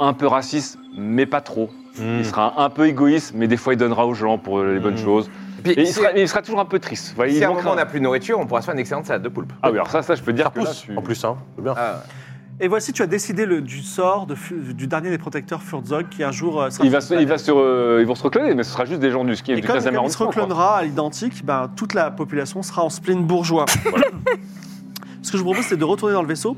B: un peu raciste, mais pas trop.
E: Hmm.
B: Il sera un peu égoïste, mais des fois il donnera aux gens pour les bonnes
C: Mm.
B: choses.
D: Puis,
B: Et il
D: si-
B: sera, il sera toujours un peu triste. Vous voyez,
D: si
B: il
D: à un
B: manquera-
D: moment on n'a plus de nourriture, on pourra se faire une excellente salade de poulpe.
B: Ah oui, alors ça, ça je peux te dire
E: Ça
B: que là,
E: pousse,
B: tu-
E: en plus, hein. c'est bien.
D: Ah,
A: Et voici, tu as décidé le, du sort de Fu- du dernier des protecteurs Furzog qui un jour euh, sera.
B: Il va se- il va se re- ils vont se recloner, mais ce sera juste des gens du ski
A: Et
B: du
A: comme,
B: 15e
A: comme il se
B: arrondissement, quoi.
A: reclonera à l'identique, ben, toute la population sera en spleen bourgeois. Ce que je vous propose, c'est de retourner dans le vaisseau,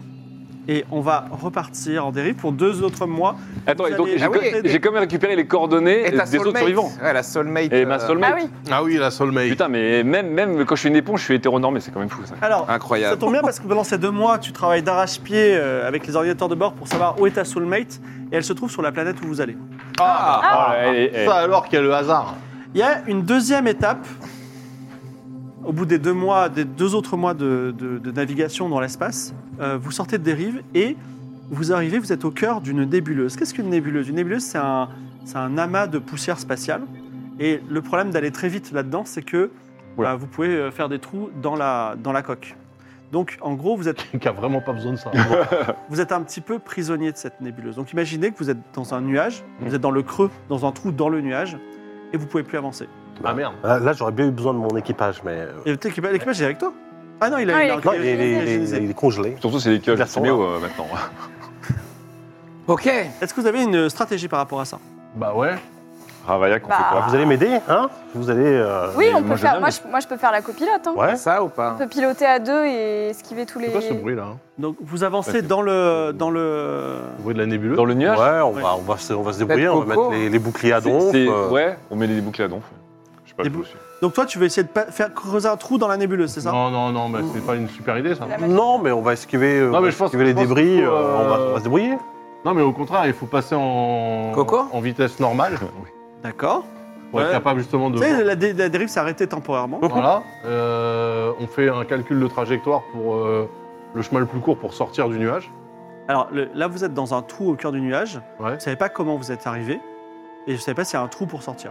A: Et on va repartir en dérive pour deux autres mois.
B: Attends,
A: Vous
B: et donc
A: avez-
B: j'ai
D: Ah oui,
B: co-
D: et-
B: j'ai quand même récupéré les coordonnées
D: Et ta
B: des autres
D: soulmate.
B: survivants.
D: Ouais, la soulmate.
B: Et ma
D: euh,
B: soulmate.
F: Ah oui,
C: Ah oui, la soulmate.
B: Putain, mais même, même quand je suis une éponge, je suis hétéronormé, c'est quand même fou ça.
A: Alors, ça
D: Incroyable.
A: tombe bien parce que pendant ces deux mois, tu travailles d'arrache-pied euh, avec les ordinateurs de bord pour savoir où est ta soulmate et elle se trouve sur la planète où vous allez.
D: Ah,
B: Ah, eh, eh,
C: Ça alors qu'il y a le hasard.
A: Il y a une deuxième étape. Au bout des deux mois, des deux autres mois de, de- de navigation dans l'espace, euh, vous sortez de dérive et vous arrivez, vous êtes au cœur d'une nébuleuse. Qu'est-ce qu'une nébuleuse Une nébuleuse, c'est un, c'est un amas de poussière spatiale. Et le problème d'aller très vite là-dedans, c'est que
B: Oula.
A: bah, vous pouvez euh, faire des trous dans la, dans la coque. Donc, en gros, vous êtes,
C: Qui a vraiment pas besoin de ça.
A: vous êtes un petit peu prisonnier de cette nébuleuse. Donc, imaginez que vous êtes dans un nuage,
C: Mm.
A: vous êtes dans le creux, dans un trou dans le nuage, et vous pouvez plus avancer.
C: ah merde.
E: Là, là, j'aurais bien eu besoin de mon équipage, mais. euh,
A: Et t'es- l'équipage, l'équipage, il est avec toi Ah non, il a
F: Ah,
A: il
F: il
A: a-
F: est-
E: Non, il est, il est- il est-
A: il est-
E: il est congelé.
B: Surtout, c'est les
E: Ils la
B: cœurs
E: sont
B: Méo euh, maintenant.
D: Ok.
A: Est-ce que vous avez une stratégie par rapport à ça
C: Bah ouais.
B: Ravaillac, on fait
F: Bah.
B: quoi
E: Vous allez m'aider, hein Vous allez. euh,
F: oui,
B: mais
F: on
B: moi,
F: peut
B: je
F: faire.
B: l'aime.
F: Moi je, moi, je peux faire la copilote. Hein.
E: Ouais.
D: Ça ou pas
F: On peut piloter à deux et esquiver tous les.
C: C'est quoi ce bruit
E: hein
C: là
A: Donc vous avancez
B: Ouais,
A: dans le dans le
C: Le bruit de la nébuleuse
B: Dans le nuage
E: Ouais, on
A: Ouais.
E: va, on va se, on va se débrouiller, on va
D: Coco.
E: mettre les, les boucliers à
B: C'est-
E: donf.
B: c'est-
E: euh,
B: Ouais, on met des boucles à donf. Je sais pas,
A: Des
B: je
A: bou-
B: suis-
A: Donc toi, tu veux essayer de pa- faire creuser un trou dans la nébuleuse, c'est ça
C: Non, non, non, mais c'est pas une super idée ça.
F: La-
E: Non, mais on va esquiver, euh,
C: Non,
E: on
C: mais
E: va
C: je pense-
E: esquiver les
C: je pense
E: débris,
C: qu'il faut,
E: euh, on, va,
C: euh,
E: on va se débrouiller.
C: Non, mais au contraire, il faut passer en,
D: Coco
C: en vitesse normale
A: D'accord.
C: pour être
A: Ouais.
C: capable justement de.
A: Tu sais, la, dé- la dérive s'est arrêtée temporairement.
C: Voilà. Euh, on fait un calcul de trajectoire pour euh, le chemin le plus court pour sortir du nuage.
A: Alors le- là, vous êtes dans un trou au cœur du nuage.
C: Ouais.
A: Vous savez pas comment vous êtes arrivé et je savais pas s'il y a un trou pour sortir.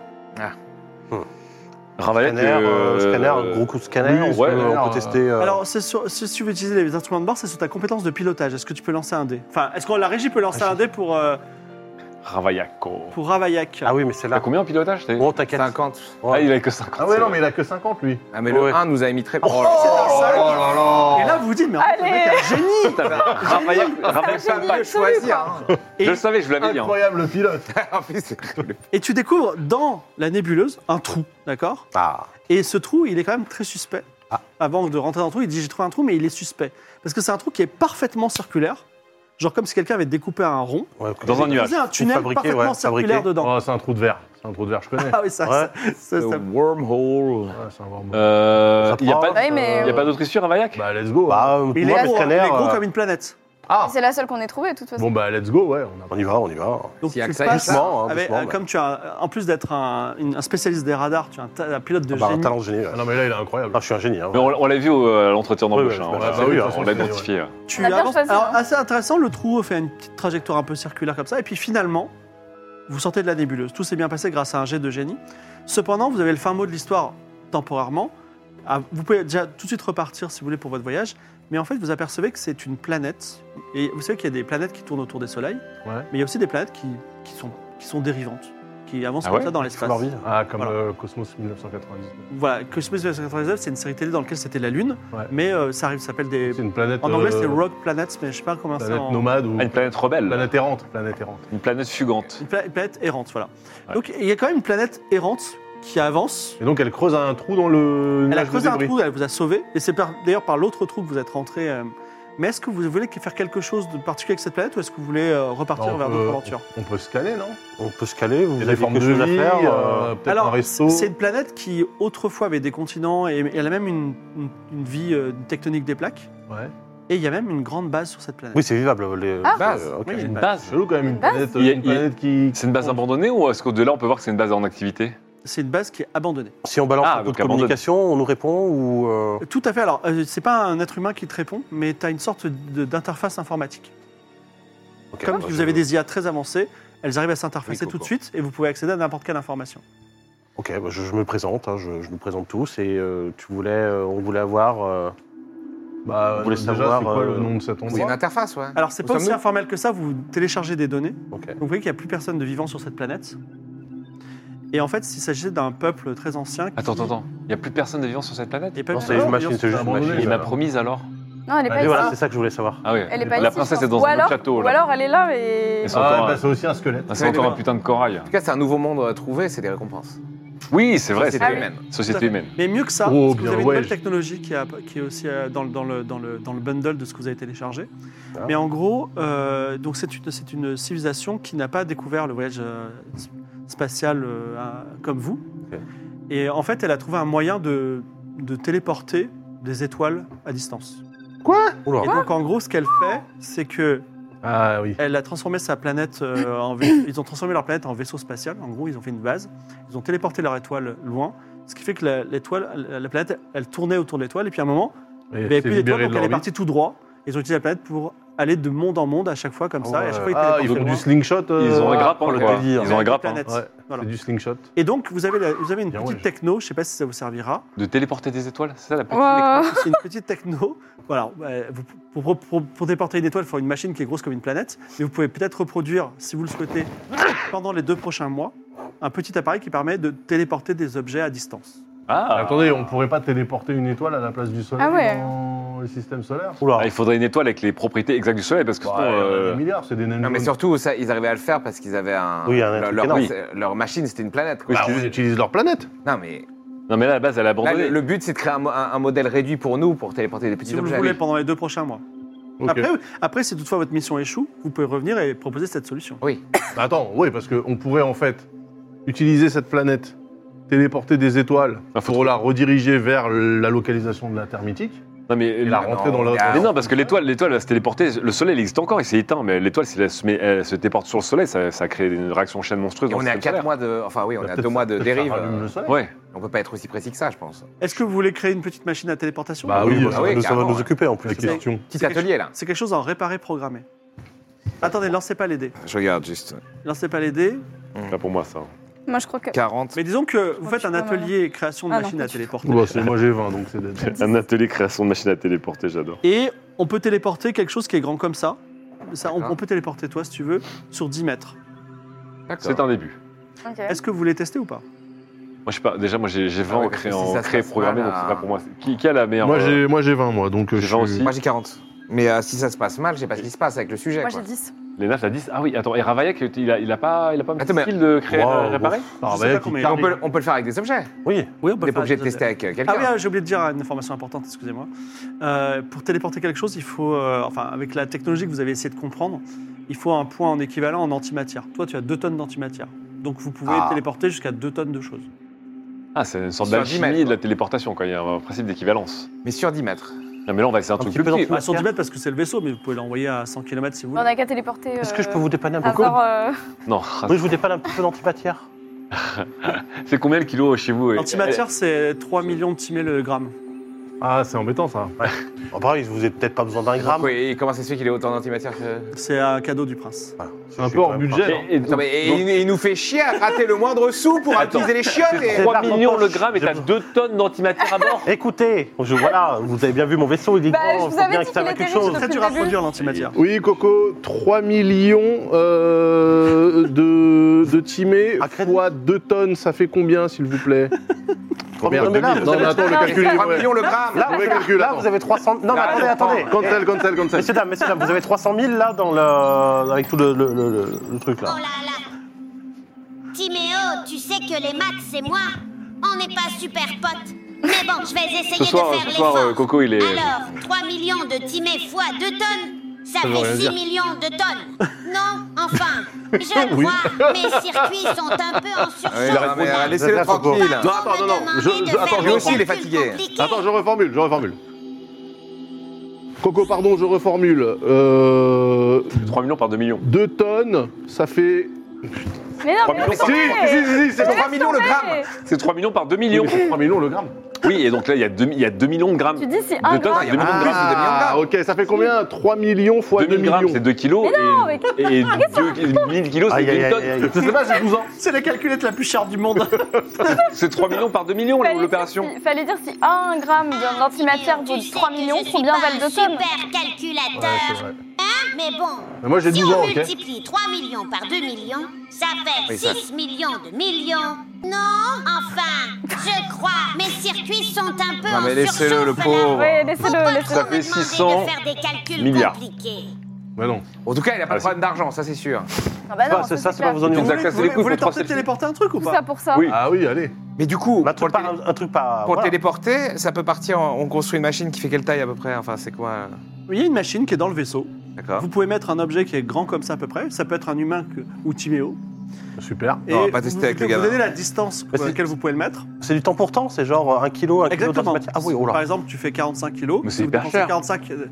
B: Ravaillac,
E: Hmm. Scanner, euh,
B: euh,
E: scanner, gros coup de scanner,
B: oui,
E: on, peut,
B: scanner,
E: on peut
C: euh,
E: tester. euh,
A: Alors c'est sur- si tu veux utiliser les instruments de bord, c'est sur ta compétence de pilotage. Est-ce que tu peux lancer un dé Enfin, est-ce que la régie peut
E: Ah,
A: lancer un dé pour euh,
B: Ravaillac, oh.
A: pour Ravaillac
E: Ah oui, mais c'est
B: T'as
E: là.
B: combien en pilotage t'as dit
E: Bon, t'inquiète.
D: 50.
B: Ah, il a que 50.
C: Ah ouais, non, mais il a que 50 lui.
D: Ah, mais
E: Ouais.
D: le 1 nous a émis très. Oh,
C: Oh là là
A: Et là, vous vous dites, mais en fait, le
F: Allez.
A: mec est un génie
B: Ravaillac, Ravaillac,
F: Ça
D: ça
F: me
D: pas
F: dit
D: le choisir.
F: absolument
D: hein.
A: Et-
B: je le savais, je vous l'avais dit. hein.
C: Incroyable le pilote.
D: En plus, c'est-
A: Et tu découvres dans la nébuleuse un trou, d'accord
E: Ah,
A: Et ce trou, il est quand même très suspect.
E: Ah.
A: Avant de rentrer dans le trou, il dit j'ai trouvé un trou, mais il est suspect. Parce que c'est un trou qui est parfaitement circulaire, genre comme si quelqu'un avait découpé un rond,
E: ouais,
B: Dans un
A: il
B: nuage.
A: faisait un tunnel
E: fabriqué,
A: parfaitement
E: ouais,
A: circulaire
E: fabriqué.
A: dedans.
C: Oh, c'est un trou de verre. C'est un trou de verre, je connais.
A: Ah oui, ça, ça, ça,
D: The
A: ça-
D: wormhole.
C: Ouais, c'est un vrai mot.
B: Euh, Il n'y a pas,
F: Oui, mais-
B: il y a pas d'autre issue, Ravaillac
C: Bah let's go.
E: Bah, euh,
A: Il
E: moi,
A: est,
E: le
A: gros, hein, il
E: scanner.
A: est gros
E: euh,
A: comme une planète.
C: Ah.
F: C'est la seule qu'on ait trouvée de toute façon.
C: Bon bah let's go, ouais. On a...
E: On y va, on y va.
A: Donc
D: S'il y a
A: tu
D: que ça,
A: passes
D: euh, il y a
E: Doucement, hein,
A: avec-
E: doucement,
A: euh,
E: mais-
A: comme tu as, en plus d'être un, une- un spécialiste des radars, tu es un, ta- un pilote de
E: Ah bah, un
A: génie.
E: talent de génie. ouais.
C: Ah non mais là il est incroyable.
E: Ah, je suis un génie. hein.
B: Mais on, on l'a vu au- à l'entretien d'embauche,
E: Ouais, ouais,
B: hein,
E: je
B: on
E: l'ai
B: l'a
E: vu,
B: fait,
E: oui,
B: on
E: on
B: l'a
E: l'a vu,
B: identifié. ouais.
A: Tu
F: On a bien
A: avances-
F: choisi,
A: Alors,
F: hein.
A: assez intéressant, le trou fait une petite trajectoire un peu circulaire comme ça, et puis finalement, vous sortez de la nébuleuse. Tout s'est bien passé grâce à un jet de génie. Cependant, vous avez le fin mot de l'histoire temporairement. Ah, Vous pouvez déjà tout de suite repartir si vous voulez pour votre voyage, mais en fait, vous apercevez que c'est une planète, et vous savez qu'il y a des planètes qui tournent autour des soleils,
C: Ouais.
A: mais il y a aussi des planètes qui, qui sont, qui sont dérivantes, qui avancent
B: Ah
A: comme
B: ouais
A: ça dans l'espace.
E: Leur vie.
C: Ah comme
A: Voilà.
C: euh, Cosmos 1999.
A: Voilà, Cosmos 1999, c'est une série télé dans laquelle c'était la Lune,
C: Ouais.
A: mais euh, ça arrive, ça s'appelle des...
C: C'est une planète.
A: En anglais,
C: euh,
A: c'est Rock Planets, mais je sais pas comment c'est
C: Planète
A: en...
C: nomade ou
B: Ah, une planète rebelle,
C: planète errante. Planète errante.
B: une planète fugante.
A: Une pla- une planète errante, voilà.
B: Ouais.
A: Donc il y a quand même une planète errante qui avance.
C: Et donc elle creuse un trou dans le.
A: Elle a
C: nuage de
A: creusé un
C: débris.
A: trou, elle vous a sauvé. Et c'est par- d'ailleurs par l'autre trou que vous êtes rentré. euh, Mais est-ce que vous voulez faire quelque chose de particulier avec cette planète ou est-ce que vous voulez euh, repartir
C: Non, on
A: vers
C: peut-
A: d'autres aventures
C: On peut se caler, non
E: On peut se caler, vous
C: Il y a
E: avez
C: des
E: quelque
C: formes de
E: chose à
C: vie,
E: faire. euh,
C: euh, peut-être un resto.
A: c'est une planète qui autrefois avait des continents et elle a même une, une- une vie euh, une tectonique des plaques.
C: Ouais.
A: Et il y a même une grande base sur cette planète.
E: Oui, c'est vivable. Les...
F: Ah.
D: Base.
E: euh, ok.
A: Oui, il y a
C: Une
A: une
C: base.
A: base.
C: Chelou quand même,
F: Une
C: une
F: base
C: planète,
B: Il y a-
C: une
B: il y a-
C: planète qui.
B: C'est une base abandonnée ou est-ce qu'au-delà on peut voir que c'est une base en activité
A: C'est une base qui est abandonnée.
E: Si on balance
B: Ah,
E: un peu
B: donc
E: de communication, on nous répond ou. euh,
A: Tout à fait. Alors, euh, c'est pas un être humain qui te répond, mais tu as une sorte de- d'interface informatique.
E: ok,
A: Comme
E: bah,
A: vous
E: je-
A: avez des IA très avancées, elles arrivent à s'interfacer
D: Oui,
A: tout de
D: Coco.
A: suite et vous pouvez accéder à n'importe quelle information.
E: Ok, bah, je, je me présente, hein, je, je nous présente tous et euh, tu voulais, euh, on voulait avoir. euh,
C: Bah,
E: Vous voulez
C: déjà,
E: savoir,
C: c'est quoi
E: euh,
C: le nom de cet
D: C'est une
C: endroit
D: interface, ouais.
A: Alors, c'est
D: Où
A: pas aussi
D: sommes-nous
A: informel que ça, vous téléchargez des données.
E: Ok.
A: Donc, vous voyez qu'il n'y a plus personne de vivant sur cette planète. Et en fait, s'il s'agissait d'un peuple très ancien. qui-
B: Attends, attends, attends. Il n'y a plus personne de vivant sur cette planète
A: Et pas
E: Non,
A: plus
E: c'est
A: de-
E: une machine,
A: d'ailleurs,
E: c'est juste une
C: abandonné,
E: machine.
B: Il m'a
C: euh,
B: promis alors
F: Non, elle est pas
E: Mais
F: ici.
E: voilà, c'est ça que je voulais savoir.
B: Ah oui.
F: Elle est pas
B: La
F: ici,
B: princesse
F: je
B: est dans
F: pense.
B: un
F: ou alors,
B: château
F: Ou
B: là.
F: alors elle est là et.
B: Ils sont
C: Ah,
B: encore
C: bah,
B: un-
C: c'est aussi un squelette.
B: Ah, C'est encore un putain de corail.
D: En tout cas, c'est un nouveau monde euh, trouvé, c'est des récompenses.
B: Oui, c'est vrai, c'est
D: Société
F: Ah oui.
D: humaine.
B: société humaine.
A: Mais mieux que ça,
C: Oh,
A: parce que vous
C: bien,
A: avez une
C: ouais.
A: nouvelle technologie qui, a- qui est aussi euh, dans, le- dans le, dans, le, dans le bundle de ce que vous avez téléchargé.
E: Ah.
A: Mais en gros, euh, donc c'est une, c'est une civilisation qui n'a pas découvert le voyage euh, s- spatial euh, à- comme vous.
E: Ok.
A: Et en fait, elle a trouvé un moyen de, de téléporter des étoiles à distance.
E: Oula.
A: Et donc en gros, ce qu'elle fait, c'est que
C: Ah oui.
A: elle a transformé sa planète euh, en vais- ils ont transformé leur planète en vaisseau spatial. En gros, ils ont fait une base. Ils ont téléporté leur étoile loin, ce qui fait que la- l'étoile, la, la planète, elle tournait autour de l'étoile. Et puis à un moment,
C: Et
A: il n'y avait
C: elle s'est
A: plus d'étoile,
C: libérée
A: donc
C: de
A: elle est
C: l'orbite.
A: partie tout droit. Ils ont utilisé la planète pour aller de monde en monde à chaque fois comme ça. et à chaque fois, ils
C: Ah, ils
A: téléportent
C: font
A: loin.
C: du slingshot. euh,
B: Ils ont un grappin,
C: pour le
B: quoi.
C: délire.
B: Ils ont un grappin.
A: Planète.
C: Ouais,
A: Voilà.
C: C'est du slingshot.
A: Et donc, vous avez, la- vous avez une
C: Bien,
A: petite
C: ouais.
A: techno. Je ne sais pas si ça vous servira.
B: De téléporter des étoiles, c'est ça la petite
F: Wow.
A: C'est une petite techno. Voilà, euh, vous- pour, pour- pour- pour déporter une étoile, il faut une machine qui est grosse comme une planète. Mais vous pouvez peut-être reproduire, si vous le souhaitez, pendant les deux prochains mois, un petit appareil qui permet de téléporter des objets à distance.
B: Ah,
C: Attendez, on pourrait pas téléporter une étoile à la place du soleil
F: Ah ouais.
C: dans le système solaire
E: Oula.
B: Ah, il faudrait une étoile avec les propriétés exactes du soleil parce que
C: Ouais,
B: sinon,
C: il y en a
B: euh,
C: des milliards, c'est des naines
D: Non, mais
C: jaunes.
D: surtout, ça, ils arrivaient à le faire parce qu'ils avaient un.
E: Oui, un
D: leur,
E: truc
D: leur-
E: énorme.
D: c'est- leur machine, c'était une planète. quoi.
C: Bah, on utilise leur planète.
D: Non, mais
B: non mais là à la base elle a
D: là,
B: abandonné.
D: le, le but, c'est de créer un, mo- un- un modèle réduit pour nous pour téléporter des petits
A: Si vous le
D: objets.
A: voulez, pendant les deux prochains mois.
C: Ok.
A: Après, après, si toutefois votre mission échoue, vous pouvez revenir et proposer cette solution.
C: Bah, Attends, oui, parce qu'on pourrait en fait utiliser cette planète, téléporter des étoiles
B: Ah, faut
C: pour la rediriger vers la localisation de la Terre mythique.
B: Non mais,
C: Et la rentrée dans
D: mais
C: la.
B: mais non parce que l'étoile l'étoile va se téléporter. Le soleil il existe encore, il s'est éteint, mais l'étoile si elle se, met- elle se téléporte sur le soleil, ça, ça crée une réaction en chaîne monstrueuse.
D: Et
B: dans
D: on
B: le
D: est à
B: système
D: 4 mois de. Enfin, oui, on est à
C: Bah, Peut-être
D: 2 mois de
C: ça-
D: dérive.
C: Ça rallume le
D: euh,
C: soleil.
B: solaire. Ouais.
D: On peut pas être aussi précis que ça, je pense.
A: Est-ce que vous voulez créer une petite machine à téléportation
C: Bah
E: Ah
C: oui,
E: oui,
C: bah,
E: ça,
D: oui,
E: va nous, ça va
D: carrément,
E: nous
D: ouais.
E: occuper en plus.
C: La
E: c'est ça.
C: question.
D: Petit atelier, là.
A: C'est quelque chose en réparer programmé. Attendez, lancez pas les dés.
D: Je regarde juste.
A: Lancez pas les dés.
B: Pas pour moi ça.
F: Moi, je crois que.
D: 40.
A: Mais disons que vous
F: Oh,
A: faites un
F: putain, maman.
A: atelier création de
F: Ah, non,
A: machine
F: pas
A: à
F: du
A: téléporter.
C: Ouah, c'est- moi j'ai 20, donc c'est dead.
B: Un atelier création de machines à téléporter, j'adore.
A: Et on peut téléporter quelque chose qui est grand comme ça. ça on,
D: D'accord.
A: on peut téléporter toi si tu veux sur 10 mètres.
B: C'est un début.
F: Ok.
A: Est-ce que vous voulez tester ou pas
B: Moi je sais pas. Déjà moi j'ai j'ai 20
D: Ah ouais,
B: en
D: parce
B: créé,
D: que si
B: en
D: ça se
B: créé
D: passe
B: programmé
D: mal,
B: donc c'est
D: là-
B: pas pour moi. Qui, qui a la meilleure
C: Moi
B: euh,
C: j'ai moi j'ai 20 moi donc
B: j'ai
C: euh, je
B: 20
C: suis-
B: aussi.
D: Moi, j'ai 40. Mais euh, si ça se passe mal, je sais pas ce qui se passe avec le sujet.
F: Moi,
D: quoi.
F: j'ai 10.
B: Les nafs à 10. Ah oui, attends, et Ravaillac, il a, il a pas, il a pas un petit
D: Attends, mais-
B: skill de créer,
E: Wow,
B: euh, réparer
C: Ah,
A: Je sais
C: bah,
A: pas
C: qui
A: combien il y a.
D: on, peut, le- on peut le faire avec des objets.
E: Oui.
A: Oui, on peut
D: On n'est pas
A: faire
D: obligé de
A: des-
D: tester avec euh,
A: Ah
D: quelqu'un.
A: oui, ah, j'ai oublié de dire une information importante, excusez-moi. Euh, pour téléporter quelque chose, il faut, euh, enfin, avec la technologie que vous avez essayé de comprendre, il faut un point en équivalent en antimatière. Toi, tu as 2 tonnes d'antimatière. Donc vous pouvez
D: Ah.
A: téléporter jusqu'à 2 tonnes de choses.
B: Ah, c'est une sorte
D: Sur 10 mètres,
B: d'alchimie de la
D: quoi.
B: téléportation, quoi. Il y a un principe d'équivalence.
D: Mais sur 10 mètres.
B: Non, mais là, on va essayer un, truc
E: petit
B: plus
E: peu dans
B: petit.
E: tout.
A: Ah, sur 10 mètres parce que c'est le vaisseau, mais vous pouvez l'envoyer à 100 km si vous
F: On
A: voulez.
F: n'a qu'à téléporter.
E: Est-ce que je peux vous dépanner un peu
F: Azor, euh,
B: Non,
E: Oui, je vous dépanne un petit peu d'antipathière.
B: c'est combien le kilo chez vous et-
A: L'antimatière, c'est 3 millions de timés le gramme.
C: Ah, c'est embêtant ça.
E: Ah, pareil, vous n'avez peut-être pas besoin d'un gramme.
D: Pourquoi- Et comment c'est celui qu'il est autant d'antimatière que.
A: C'est un cadeau du prince.
C: Ah, C'est un peu hors budget.
B: Et- et-
D: Non, mais et il, il nous fait chier à rater le moindre sou pour utiliser les chiottes. Et...
B: 3 millions le gramme et
E: Je-
B: t'as 2 tonnes d'antimatière à bord
E: Écoutez, je- voilà, vous avez bien vu mon vaisseau, il dit
F: Bah, je
E: grand,
F: vous
E: faut
F: avais
E: bien
F: dit
E: que ça
F: qu'il
E: va
F: était
E: quelque
F: riche,
E: chose.
F: donc-
A: Très dur à produire l'antimatière.
C: Oui, Coco, 3 millions euh, de, de timés
E: À crédit.
C: fois 2 tonnes, ça fait combien, s'il vous plaît
E: 3
C: Merde,
E: millions de dollars,
C: Non, mais attends,
F: Non,
C: le
F: non,
C: calcul
F: c'est
C: est
D: 3
C: mauvais.
D: millions le gramme.
E: Là,
C: Mauvais calcul,
E: là,
C: attends.
E: vous avez 300... Non, mais
D: Là,
E: attendez,
D: je
E: attendez.
D: prends.
C: Cancel, cancel, cancel.
E: Messieurs, dames, messieurs, dames, vous avez 300 000 là dans le... avec tout le, le- le- le- le truc
G: Oh
E: là.
G: là là Timéo, tu sais que les maths, c'est moi On n'est pas super potes Mais bon, je vais essayer
B: Ce soir,
G: de
B: euh,
G: faire
B: ce soir euh,
G: l'effort
B: Coco, il est.
G: Alors, 3 millions de timés fois 2 tonnes, ça
C: veut rien
G: fait 6
C: dire.
G: millions de tonnes Non, enfin, je crois, mes circuits sont un peu en surchauffe.
D: Ouais, non, mais, euh, Laissez-le
E: Attends,
D: tranquille.
C: Non, attends, non, non, je- je- attends,
D: lui aussi, il est fatigué.
C: Attends, je reformule, je reformule. Coco, pardon, je reformule. Euh,
B: 3 millions par 2 millions.
C: 2 tonnes, ça fait.
F: Mais non, mais.
C: Si, si, si, si,
D: C'est
C: c'est
D: 3 millions le gramme.
F: Hey,
B: C'est 3 millions par 2 millions
C: 3 millions le gramme.
B: Oui, et donc là, il y a 2, il y a 2 millions de grammes.
F: Tu dis c'est un
B: De tonnes,
F: gramme.
B: il y a
D: Ah,
B: de grammes.
C: Ah, ok, ça fait combien 3 millions fois
B: 2
C: 2
B: 000 grammes,
C: millions.
B: c'est 2 kilos.
F: mais
B: et, et 1000 kilos, c'est 1
E: Aïe, aïe, aïe,
B: tonne.
E: aïe.
C: Je sais pas, j'ai 12 ans.
A: C'est la calculette la plus chère du monde.
B: C'est 3 millions par 2 millions
F: Fallait dire
B: l'opération.
F: si- Fallait dire si un gramme de- d'antimatière vaut 3 millions, combien valent 2 tonnes
G: super
C: Ouais, c'est
G: calculateur,
C: vrai.
G: hein Mais bon,
C: Mais moi j'ai
G: si
C: 12
G: on
C: ans, ok
G: multiplie 3 millions par 2 millions, ça fait
D: Oui, ça-
G: 6 millions de millions. Non, enfin, je crois, mes circuits sont un peu
D: Non, mais
G: en
D: laissez-le,
G: surchauffe,
D: le
G: alors.
D: pauvre.
F: Ouais,
G: Faut pas
F: laissez-le, laissez-le.
G: trop
B: Ça
G: me demander
B: fait 600
G: de faire des calculs
B: milliards.
G: compliqués.
C: Bah non.
D: En tout cas, il a pas
B: Ah,
D: de problème d'argent, ça c'est sûr.
F: Ah bah
E: Ça,
F: non,
E: c'est- ça, c'est
F: clair.
E: pas vos oignons.
A: Vous
B: Exact,
A: voulez-
B: ça, c'est les
A: vous
B: couilles
A: voulez
B: pour
A: tenter de
B: trois
A: téléporter un truc ou
F: Tout
A: pas
F: ça pour ça.
B: Oui.
C: Ah oui, allez.
D: Mais du coup,
E: Mais un,
D: pour,
E: truc
D: le,
E: par,
D: télé-
E: un truc par.
D: pour le
E: voilà.
D: téléporter, ça peut partir. en- On construit une machine qui fait quelle taille à peu près Enfin, c'est quoi euh,
A: Il y a une machine qui est dans le vaisseau.
D: D'accord.
A: Vous pouvez mettre un objet qui est grand comme ça à peu près. Ça peut être un humain que- ou Timéo.
C: Super.
A: Et
D: on va pas tester
A: vous,
D: avec le
A: vous
D: gamin.
A: donnez la distance
E: Mais
A: à
E: c'est-
A: laquelle vous pouvez le mettre.
E: C'est du temps pour temps, c'est genre 1 kg, 1 kg
A: Exactement.
E: Ah oui, oh là.
A: Par exemple, tu fais 45 kilos.
B: Mais c'est
A: si vous
B: hyper
A: dépensez
B: cher.
A: 45. euh,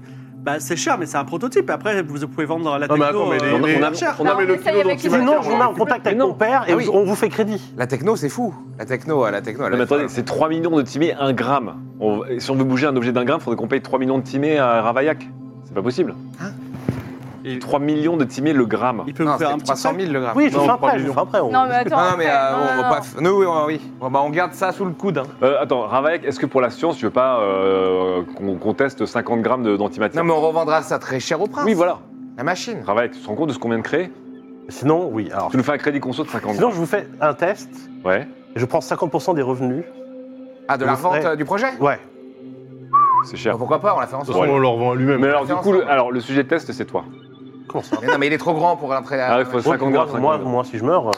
A: Bah, c'est cher, mais c'est un prototype. Après, vous pouvez vendre la
C: Non, mais
A: techno.
C: attends, mais les-
A: euh,
C: les-
A: on a-
C: on
A: cher.
F: on a-
C: mis
F: on essaye avec
E: Il dit non, je vous mets en contact avec
B: Mais non.
E: mon père et
D: Ah oui.
E: on vous fait crédit.
D: La techno, c'est fou. La techno, euh, la techno.
B: Non,
D: elle-
B: mais attendez, c'est 3 millions de timés, 1 gramme. On- et si on veut bouger un objet d'un gramme, il faudrait qu'on paye 3 millions de timés à Ravaillac. C'est pas possible.
A: Hein Et-
B: 3 millions de timés le gramme.
A: Il peut vous
D: Non,
A: faire
D: c'était
A: un petit
D: 300
A: sac.
D: 000 le gramme.
E: Oui, je
B: Non,
E: vous fais
B: trois
E: après, je vous fais après. on-
F: Non, mais attends.
D: Non, non, mais euh,
F: non,
D: on,
F: non,
D: on
F: non.
D: pas f- nous, oui, on- oui. Bon, bah, on garde ça sous le coude. hein.
B: Euh, attends, Ravaillac, est-ce que pour la science, tu veux pas euh, qu'on qu'on teste 50 grammes de- d'antimatière
D: Non, mais on revendra ça très cher au prince.
B: Oui, voilà.
D: La machine.
B: Ravaillac, tu te rends compte de ce qu'on vient de créer
E: Sinon, oui. Alors,
B: Tu nous fais un crédit conso de 50
E: sinon, je vous fais un test.
B: Ouais,
E: Je prends 50% des revenus.
D: Ah, de la
E: Vous
D: vente
E: ferez-
D: euh, du projet
E: Ouais.
B: c'est
D: Bah,
B: cher.
D: Pourquoi pas, on la fait ensemble.
C: toute façon, on le revend à lui-même.
B: Mais alors, du
D: faire
B: coup, le,
D: ensemble.
B: alors, le sujet de test, c'est toi.
E: Comment
C: hein.
E: ça
D: Mais non, mais il est trop grand pour l'entrée
B: Ah,
D: là.
B: il faut 50
E: moi,
B: grammes.
E: moi,
B: 50 grammes.
E: moi, si je meurs. euh,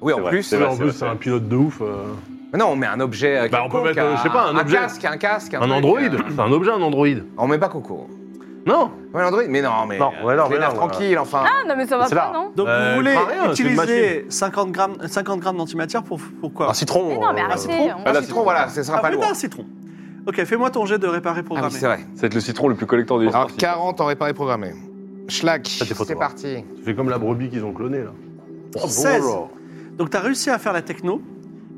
D: Oui, en
B: C'est vrai,
D: plus.
B: c'est vrai,
C: en
B: c'est
C: plus,
B: vrai.
C: c'est un pilote de ouf. euh.
D: Mais non, on met un objet. euh,
C: Bah, on peut
D: quelconque,
C: mettre, euh, je sais pas, un objet.
D: casque, un casque.
C: Un
D: truc,
C: androïde
D: euh,
C: C'est un objet, un androïde.
D: On met pas Coco.
C: Non
D: Ouais, l'android, mais non, mais.
E: Non, ouais, non,
D: je les
E: mais
D: lave
E: non,
D: tranquille, enfin.
F: Ah, non, mais ça va
E: C'est
F: pas,
E: là.
F: non
A: Donc,
C: Euh,
A: vous voulez
C: pas rien, c'est une
A: utiliser 50 grammes, 50 grammes d'antimatière pour, pour quoi
E: Un citron.
F: Mais non, mais
E: euh,
F: arrêtez. on-
D: Un
B: Ah, là,
D: citron, voilà, ce sera
A: Ah,
D: pas
A: mais
D: lourd.
A: t'as un citron. Ok, fais-moi ton jet de réparer
D: Ah oui,
A: programmé.
D: c'est vrai.
B: Ça va être le citron le plus collecteur de
C: Ah.
B: l'histoire.
D: Alors, 40 en réparé programmé. Schlack,
E: des photos,
D: c'est
E: hein.
D: parti.
C: Tu fais comme la brebis qu'ils ont clonée, là.
A: Oh, 16. Donc, tu as réussi à faire la techno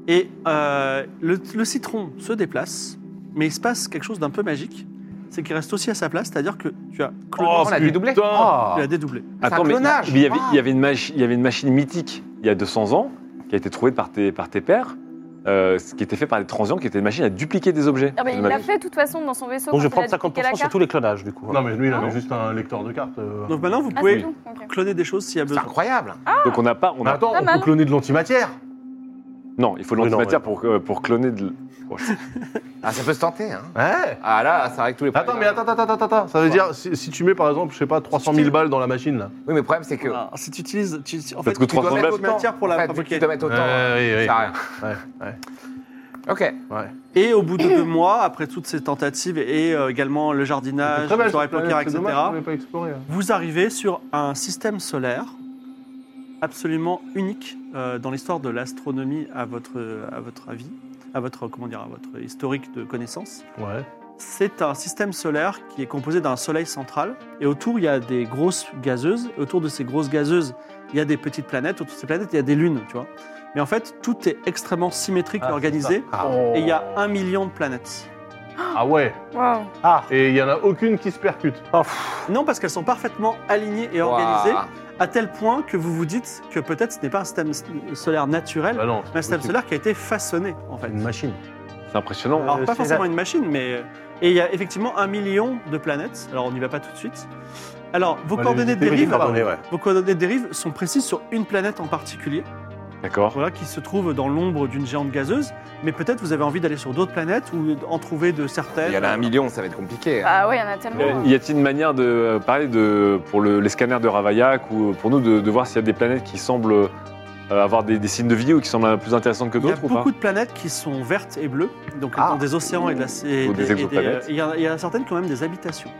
A: et euh, le, le citron se déplace, mais il se passe quelque chose d'un peu magique. C'est qu'il reste aussi à sa place, c'est-à-dire que tu as
B: Oh,
A: cloné,
D: on l'a dédoublé.
A: tu l'as dédoublé.
D: c'est un
B: Ah. mais
D: clonage.
B: mais il y avait,
D: Ah.
B: il y avait une machi- il y avait une machine mythique il y a 200 ans qui a été trouvée par tes, par tes pères, euh, ce qui était fait par des transients, qui était une machine à dupliquer des objets.
F: Ah, mais il l'a fait de toute façon dans son vaisseau.
E: Donc, je vais
F: quand
E: prendre
F: il a
E: 50%
F: dupliqué la
E: sur
F: carte.
E: tous les clonages, du coup.
C: Non, mais lui, il
F: Ah.
C: avait juste un lecteur de cartes. euh.
A: Donc, maintenant, vous
F: Ah, c'est
A: pouvez
F: tout. ok.
A: cloner des choses s'il y a
D: C'est
A: besoin.
D: incroyable.
B: Donc on n'a pas, on a,
C: Attends,
F: Pas
C: on
F: mal.
C: peut cloner de l'antimatière.
B: non, il faut de
E: Oui, non,
B: l'antimatière pour, euh, pour cloner de. l- Oh, je-
D: Ah, ça peut se tenter, hein.
C: Ouais.
D: Ah là, c'est vrai que tous les
C: Attends, mais attends, attends, attends, attends. Ça veut dire, si, si tu mets par exemple, je sais pas, 300 000 balles dans la machine là.
D: Oui, mais le problème, c'est que.
A: Alors, si tu utilises. tu- en
B: Ça
A: fait,
B: te coûte
A: tu dois
B: 300
A: mettre
B: balles.
A: de la matière pour la
D: en fait, vu que
A: fabriquer.
D: Tu dois mettre autant. hein,
C: Euh,
D: ça
C: oui,
D: sert à rien.
C: Ouais, ouais.
D: Ok.
C: ouais.
A: Et au bout de deux mois, après toutes ces tentatives et euh, également le jardinage,
C: Très belle,
A: la
C: cette
A: soirée
C: planète,
A: poker,
C: c'est
A: etc.,
C: dommage qu'on l'ait pas explorée, hein.
A: vous arrivez sur un système solaire absolument unique euh, dans l'histoire de l'astronomie à votre, à votre avis, à votre, comment dire, à votre historique de connaissances.
C: Ouais.
A: C'est un système solaire qui est composé d'un soleil central et autour il y a des grosses gazeuses. Et autour de ces grosses gazeuses, il y a des petites planètes. Autour de ces planètes, il y a des lunes, tu vois. Mais en fait, tout est extrêmement symétrique et organisé.
E: Ah.
A: Et il y a un million de planètes.
C: Ah ouais.
F: Waouh.
E: Ah.
C: Et il y en a aucune qui se percute.
E: Oh, pff,
A: Non, parce qu'elles sont parfaitement alignées et
D: Ouah.
A: organisées, à tel point que vous vous dites que peut-être ce n'est pas un système s- solaire naturel,
C: Bah non.
A: mais un système solaire qui a été façonné, en fait.
C: Une machine.
B: C'est impressionnant.
A: Alors,
E: Euh,
A: pas
E: c'est
A: forcément
E: la-
A: une machine, mais. euh, Et il y a effectivement un million de planètes. Alors, on n'y va pas tout de suite. Alors, vos
C: On va les
A: coordonnées
C: visiter,
A: dérivent.
E: pardonnez, ouais.
A: Vos coordonnées dérivent sont précises sur une planète en particulier,
B: D'accord.
A: voilà, qui se trouve dans l'ombre d'une géante gazeuse. Mais peut-être vous avez envie d'aller sur d'autres planètes ou en trouver de certaines.
D: Il y en a un million, ça va être compliqué. hein.
F: Bah, ouais, il y en a
B: Euh,
F: tellement.
B: Y a-t-il une manière de euh, parler de, pour le- les scanners de Ravaillac ou euh, pour nous de, de voir s'il y a des planètes qui semblent euh, avoir des, des signes de vie ou qui semblent plus intéressantes que
A: Il y a
B: d'autres ou pas
A: beaucoup de planètes qui sont vertes et bleues, donc elles
D: Ah.
A: ont des océans et de la et
B: Ou des
A: et
B: exoplanètes.
A: et Il y, en a- il y en a certaines qui ont même des habitations.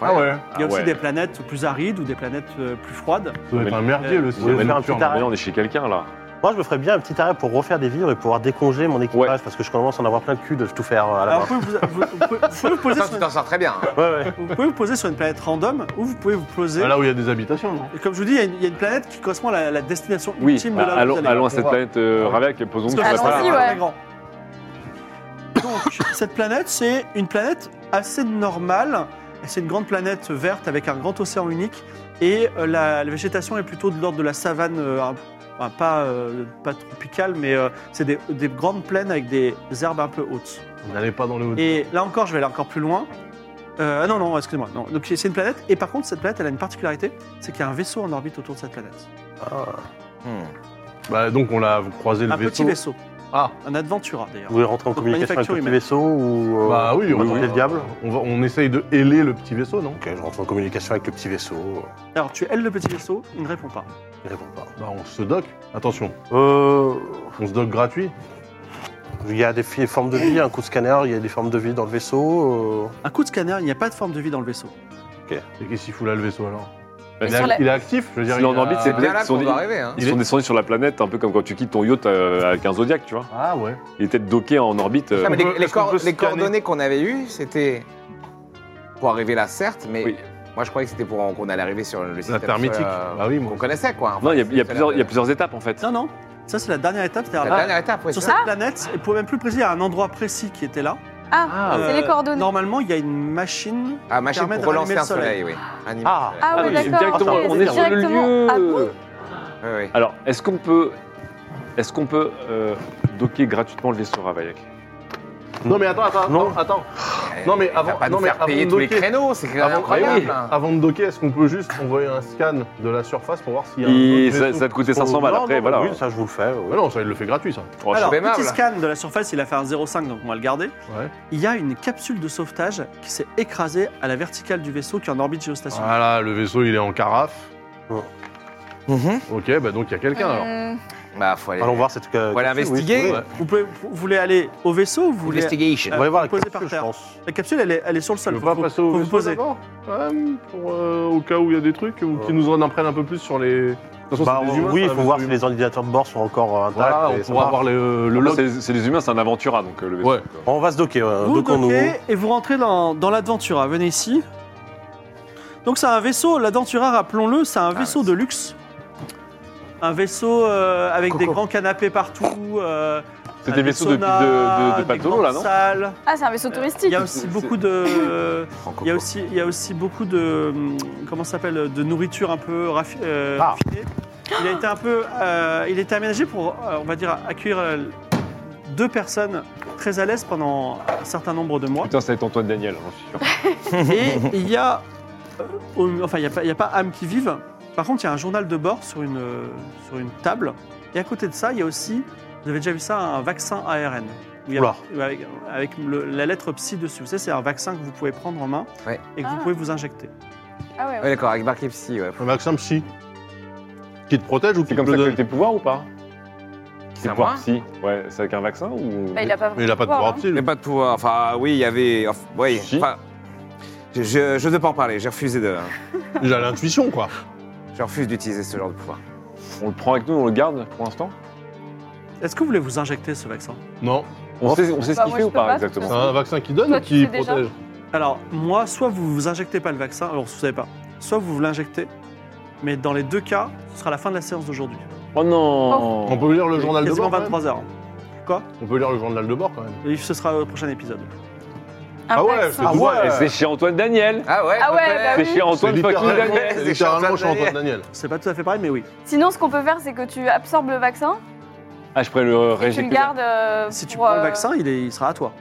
C: Ah ouais.
A: Il y a
B: Ah
A: aussi
B: ouais.
A: des planètes plus arides ou des planètes euh, plus froides.
C: Ça doit être un merdier le
E: voulez
C: ciel.
E: faire un petit arrêt
B: Mais on est chez quelqu'un là.
E: Moi, je me ferais bien un petit arrêt pour refaire des vivres et pouvoir déconger mon équipage parce que je commence à en avoir plein le cul de tout faire euh, à la
C: Ah,
A: Alors,
E: main.
A: vous pouvez vous, vous- vous pouvez- vous pouvez vous poser
D: Attends,
A: sur
D: tu
A: une-
D: t'en sors très bien. hein.
E: Ouais, ouais.
A: vous pouvez vous poser sur une planète random ou vous pouvez vous poser.
C: Ah, Là où il y a des habitations, non
A: Et Comme je vous dis, il y a une- il y, a une planète qui correspond à la, la destination
B: Oui,
A: ultime de
B: bah,
A: la
B: allons, allons à cette
C: voir.
B: planète euh, Ravaillac et posons-nous
A: Parce
B: sur
A: que
B: la
F: Allons-y,
B: planète.
A: c'est
F: ouais.
A: très grand. Donc, cette planète, c'est une planète assez normale. C'est une grande planète verte avec un grand océan unique. Et euh, la, la végétation est plutôt de l'ordre de la savane, euh, un- enfin, pas, euh, pas tropicale, mais euh, c'est des, des grandes plaines avec des herbes un peu hautes.
C: Vous n'allez pas dans le haut.
A: Et là encore, je vais aller encore plus loin. Euh, ah non, non, excusez-moi. non. Donc c'est une planète. Et par contre, cette planète, elle a une particularité, c'est qu'il y a un vaisseau en
C: Ah.
A: orbite autour de cette planète.
D: Hmm.
C: Bah, donc on l'a croisé le
A: un petit
C: vaisseau.
A: vaisseau.
C: Ah,
A: Un Adventura d'ailleurs.
E: Vous voulez rentrer en
A: Donc,
E: communication avec le
A: manufacture
E: petit
A: humaine.
E: vaisseau ou. euh,
C: bah oui,
E: on va
C: on,
E: tenter le diable
C: on, va- on essaye de héler le petit vaisseau, non
E: Ok, je rentre en communication avec le petit vaisseau.
C: euh,
A: Alors tu ailes le petit vaisseau, il ne répond pas.
E: Il répond pas.
C: Bah on se doc, attention,
E: Euh.
C: on se doc gratuit.
E: Il y a des fi- formes de vie, un coup de scanner, il y a des formes de vie dans le vaisseau. euh,
A: Un coup de scanner, il n'y a pas de forme de vie dans le vaisseau.
C: Et qu'est-ce qu'il fout là le vaisseau alors
B: Bah,
C: il,
F: sur
C: est-
F: la-
C: il est actif Je veux dire,
B: S'il est en
C: il a-
B: orbite, c'est
D: C'est bien là
B: Ils sont
D: qu'on
B: des-
D: doit arriver. Hein.
B: Ils sont descendus sur la planète, un peu comme quand tu quittes ton yacht euh, avec un Zodiac, tu vois.
C: Ah ouais.
B: Il était docké en orbite. euh,
D: Ah, mais
C: peut-
D: les, les
C: est-ce qu'on
D: cor-
C: peut
D: les
C: scanner
D: coordonnées qu'on avait eues, c'était pour arriver là, certes, mais
B: Oui.
D: moi je croyais que c'était pour qu'on allait arriver sur le système euh,
C: thermitique. Bah oui, moi. Ah,
D: qu'on connaissait, quoi. Enfin,
B: Non, il y a-
D: c'est-
B: il y, a
D: c'est la-
B: plusieurs- il y a plusieurs étapes en fait.
A: Non, non, ça c'est la dernière étape,
D: La
A: c'est-à-dire là,
D: dernière étape, oui.
A: sur
D: c'est
A: cette
D: ça.
A: planète, et pour même plus préciser, à un endroit précis qui était là. Euh,
B: Ah,
F: Ah,
B: ouais.
F: c'est les coordonnées.
A: Normalement, il y a une machine.
D: Ah, machine
A: permet
D: pour
A: d'allumer
D: relancer
A: le
D: un soleil, oui. Animer
E: Ah.
D: le soleil.
F: Ah,
B: Ah
F: ouais,
B: oui,
F: d'accord.
B: directement,
F: ok,
B: on
F: c'est
B: est sur le lieu.
F: Ah bon
D: Oui, oui.
B: Alors, est-ce qu'on peut, est-ce qu'on peut euh, docker gratuitement le vaisseau Ravaillac
C: Non mais attends, attends,
E: Non.
C: attends, attends.
D: Eh,
C: Non, mais
D: il va
C: avant-
D: pas
C: non,
D: nous
C: mais
D: faire
C: avant
D: payer
C: de
D: tous les
C: docker.
D: créneaux, c'est quand même
C: Avant,
D: incroyable.
C: oui,
D: hein.
C: avant de docker, est-ce qu'on peut juste envoyer un scan de la surface pour voir s'il y
B: Et
C: a un autre
B: ça,
C: vaisseau
B: ça te coûtait
E: Oh,
B: 500 balles
E: non,
B: après,
E: non,
B: voilà.
E: Oui, ça je vous le fais. oui.
C: Ah Non, ça il le fait gratuit ça.
B: Oh, je-
A: Alors,
D: suis aimable.
A: petit scan de la surface, il a fait un 0,5, donc on va le garder.
C: Ouais.
A: Il y a une capsule de sauvetage qui s'est écrasée à la verticale du vaisseau qui est en orbite géostationnaire.
C: Voilà, le vaisseau il est en carafe.
E: Mm-hmm.
D: Mhm.
C: Ok, bah donc il y a quelqu'un alors.
F: Euh,
D: Bah, faut aller.
E: Allons voir cette.
C: euh,
E: euh,
D: Faut aller investiguer.
C: ouais.
A: Vous, pouvez, vous voulez aller au vaisseau ou vous voulez...
D: Investigation.
A: Euh,
E: On va aller voir la
A: posé
E: capsule,
A: par
E: je
A: terre.
E: pense.
A: La capsule, elle est, elle est sur le
C: Tu
A: sol.
C: veux
A: Faut-
C: pas
A: faut-
C: passer
A: faut
C: au
A: vous
C: vaisseau
A: poser.
C: d'abord Ouais, pour, euh, Au cas où il y a des trucs ou qui nous en apprennent un peu plus sur les. De toute façon,
E: Bah,
C: c'est des humains,
E: oui,
C: ça,
E: il
C: le
E: faut voir si
C: vaisseau
E: les ordinateurs de bord sont encore euh,
C: humain. Voilà,
E: intacts. et
C: on
E: ça
C: pourra euh,
E: va.
C: avoir le, le
B: Là,
C: log.
B: c'est c'est des humains, c'est un Aventura, donc euh, le vaisseau.
C: Ouais.
E: On va se docker. euh,
A: Vous
E: dockons-nous.
A: dockez et vous rentrez dans, dans l'Adventura. Venez ici. Donc c'est un vaisseau, l'Adventura, rappelons-le, c'est un vaisseau
D: ouais.
A: de luxe. Un vaisseau euh, avec des
D: Coco.
A: grands canapés partout. euh,
B: C'est
A: un
B: des vaisseaux de, de,
A: sauna,
B: de, de
A: des
B: Pantolo,
A: grandes
B: là, non
A: salles.
F: Ah, c'est un vaisseau
A: Il
F: touristique.
A: y a aussi beaucoup de,
D: Franco.
A: il y a aussi, il y a aussi beaucoup de, hum, comment ça s'appelle, de nourriture un peu raffi- euh,
E: Ah.
A: raffinée. Il a été un peu, euh, il a été aménagé pour, euh, on va dire, accueillir euh, deux personnes très à l'aise pendant un certain nombre de mois.
B: Putain, ça va être Antoine Daniel, j'en suis sûr.
A: Et il y a, euh, au- enfin, il n'y a, pas- il y a pas âme qui vive. Par contre, il y a un journal de bord sur une, euh, sur une table. Et à côté de ça, il y a aussi, vous avez déjà vu ça, un vaccin ARN. Où il y a-
E: Oula.
A: où avec avec le- la lettre psy dessus. Vous savez, c'est un vaccin que vous pouvez prendre en main
D: Ouais.
A: et que vous
F: Ah.
A: pouvez vous injecter.
F: Ah ouais,
D: Ouais,
F: ouais.
D: d'accord, avec Barkipsy, ouais.
C: Un vaccin psy. Qui te protège ou qui
B: C'est
C: te
B: comme ça
C: le
B: que t'as
C: donne
B: tes pouvoirs ou pas
D: C'est à
B: pouvoirs
D: moi
B: psy. Ouais, c'est avec un vaccin ou.
F: Bah, il a pas
C: Mais il a pas de pouvoir psy.
D: Mais
C: lui.
D: pas de pouvoir. Enfin, oui, il y avait. enfin, oui.
B: Si.
D: Enfin, je, je, je ne peux pas en parler. J'ai refusé de.
C: Il a l'intuition quoi.
D: Je refuse d'utiliser ce genre de pouvoir.
B: On le prend avec nous, hein. on le garde pour l'instant
A: Est-ce que vous voulez vous injecter ce vaccin
C: Non, Ah,
B: On sait, on sait ce
F: Bah,
B: qu'il
F: moi,
B: fait
F: je
B: ou
F: peux
B: pas
F: pas,
C: c'est
B: exactement
F: de
C: un vaccin qui donne
F: Toi,
C: ou
F: tu
C: qui
F: sais déjà
C: protège
A: Alors, moi, soit vous vous injectez pas le vaccin, alors vous savez pas, soit vous l'injectez, mais dans les deux cas, ce sera la fin de la séance d'aujourd'hui.
B: Oh non
C: On peut lire le journal de
A: Quasiment
C: bord. quand même
A: 23 heures.
C: On peut lire le journal de bord quand même.
A: Et ce sera au prochain épisode.
F: Un
C: Ah ouais,
F: vaccin.
C: c'est-
B: Ah ouais,
C: Ouais.
B: C'est chez Antoine Daniel
D: Ah ouais
F: Ah ouais,
D: complet.
F: bah
B: C'est
F: oui.
B: chez Antoine
C: C'est
B: fucking
C: littéralement-
B: Daniel
D: Daniel,
C: c'est
D: c'est
C: littéralement
D: Chantal
C: chez Antoine Daniel.
A: C'est pas tout à fait pareil, mais oui.
F: Sinon, ce qu'on peut faire, c'est que tu absorbes le vaccin,
B: Ah, je pourrais le
F: et tu le
B: rééjecter.
F: gardes. euh,
A: Si tu
F: pour,
A: prends le
F: euh,
A: vaccin, il, est- il sera à toi.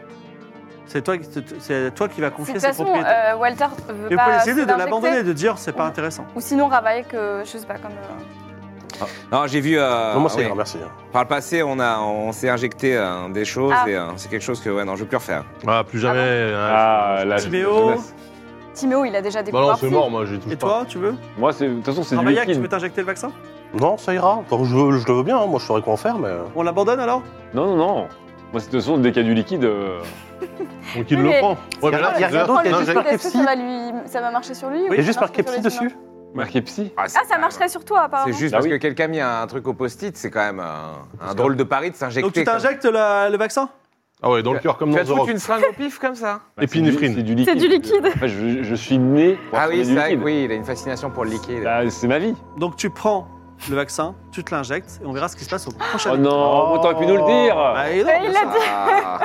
A: C'est toi, qui- c'est toi qui vas
F: si De
A: confier
F: toute
A: ses
F: façon,
A: propriétés.
F: euh, Walter veut
A: Et vous pouvez
F: pas.
A: essayer de
F: se l'injecter,
A: l'abandonner, de dire c'est pas intéressant.
F: Ou sinon, Ravaille, que je sais pas, comme. euh,
D: Non, j'ai vu. euh,
E: Non, moi, c'est
D: oui.
E: bien, merci.
D: Par le passé, on, a- on s'est injecté euh, des choses
F: Ah.
D: et euh, c'est quelque chose que ouais, non, je veux plus refaire.
C: Ah, plus jamais.
B: Ah, la
A: Timéo.
B: jeunesse.
F: Timéo, il a déjà des
C: Bah non,
F: pouvoirs
C: c'est
F: psy.
C: mort, moi, j'ai touché.
A: Et toi, tu veux
B: Moi, c'est- de toute façon, c'est du
A: Travaillac, tu
B: liquide.
A: veux t'injecter le vaccin
E: Non, ça ira. Enfin, je, veux- je le veux bien, hein. moi, je saurais quoi en faire, mais.
A: On l'abandonne alors
B: Non, non, non. Moi, c'est de toute façon, dès qu'il y a du liquide, euh,
C: Donc il
F: Oui,
C: le
F: mais-
C: prend. Ouais, mais
E: y a-
C: là,
E: y a rien
C: là,
E: d'autre, il y a
C: là,
E: juste
C: j'ai-
E: par
F: Est-ce que
E: Kepsi.
F: ça va, lui... ça va marcher sur lui
A: Oui,
E: Il y
F: ou
E: a juste
F: ça
E: par
F: marche que
E: Kepsi
F: sur les humains
E: dessus
B: marqué psy.
F: Ah, ça marcherait sur toi, apparemment.
D: C'est juste
B: Ah
D: parce
B: oui.
D: que quelqu'un a mis un truc au post-it, c'est quand même un, un drôle de pari de s'injecter.
A: Donc tu
D: comme-
A: t'injectes la- Euh, le vaccin
C: Ah ouais, dans le cœur comme
D: Tu vas
C: dans
D: te
C: The Rock.
D: foutre une seringue au pif comme ça
C: Épinéphrine.
B: Bah, C'est du liquide.
F: C'est du liquide.
B: En fait, je, je suis né pour
D: Ah
B: absorber
D: oui, c'est
B: du
D: vrai, que
B: liquide.
D: oui, il a une fascination pour le liquide.
B: Bah, c'est ma vie.
A: Donc tu prends le vaccin, tu te l'injectes et on verra ce qui se passe au prochain
B: Oh
A: épisode.
B: non,
E: Oh.
B: t'aurais pu nous le dire.
A: Bah, et non,
F: Et il
A: bien
F: l'a
A: sûr.
D: Ah.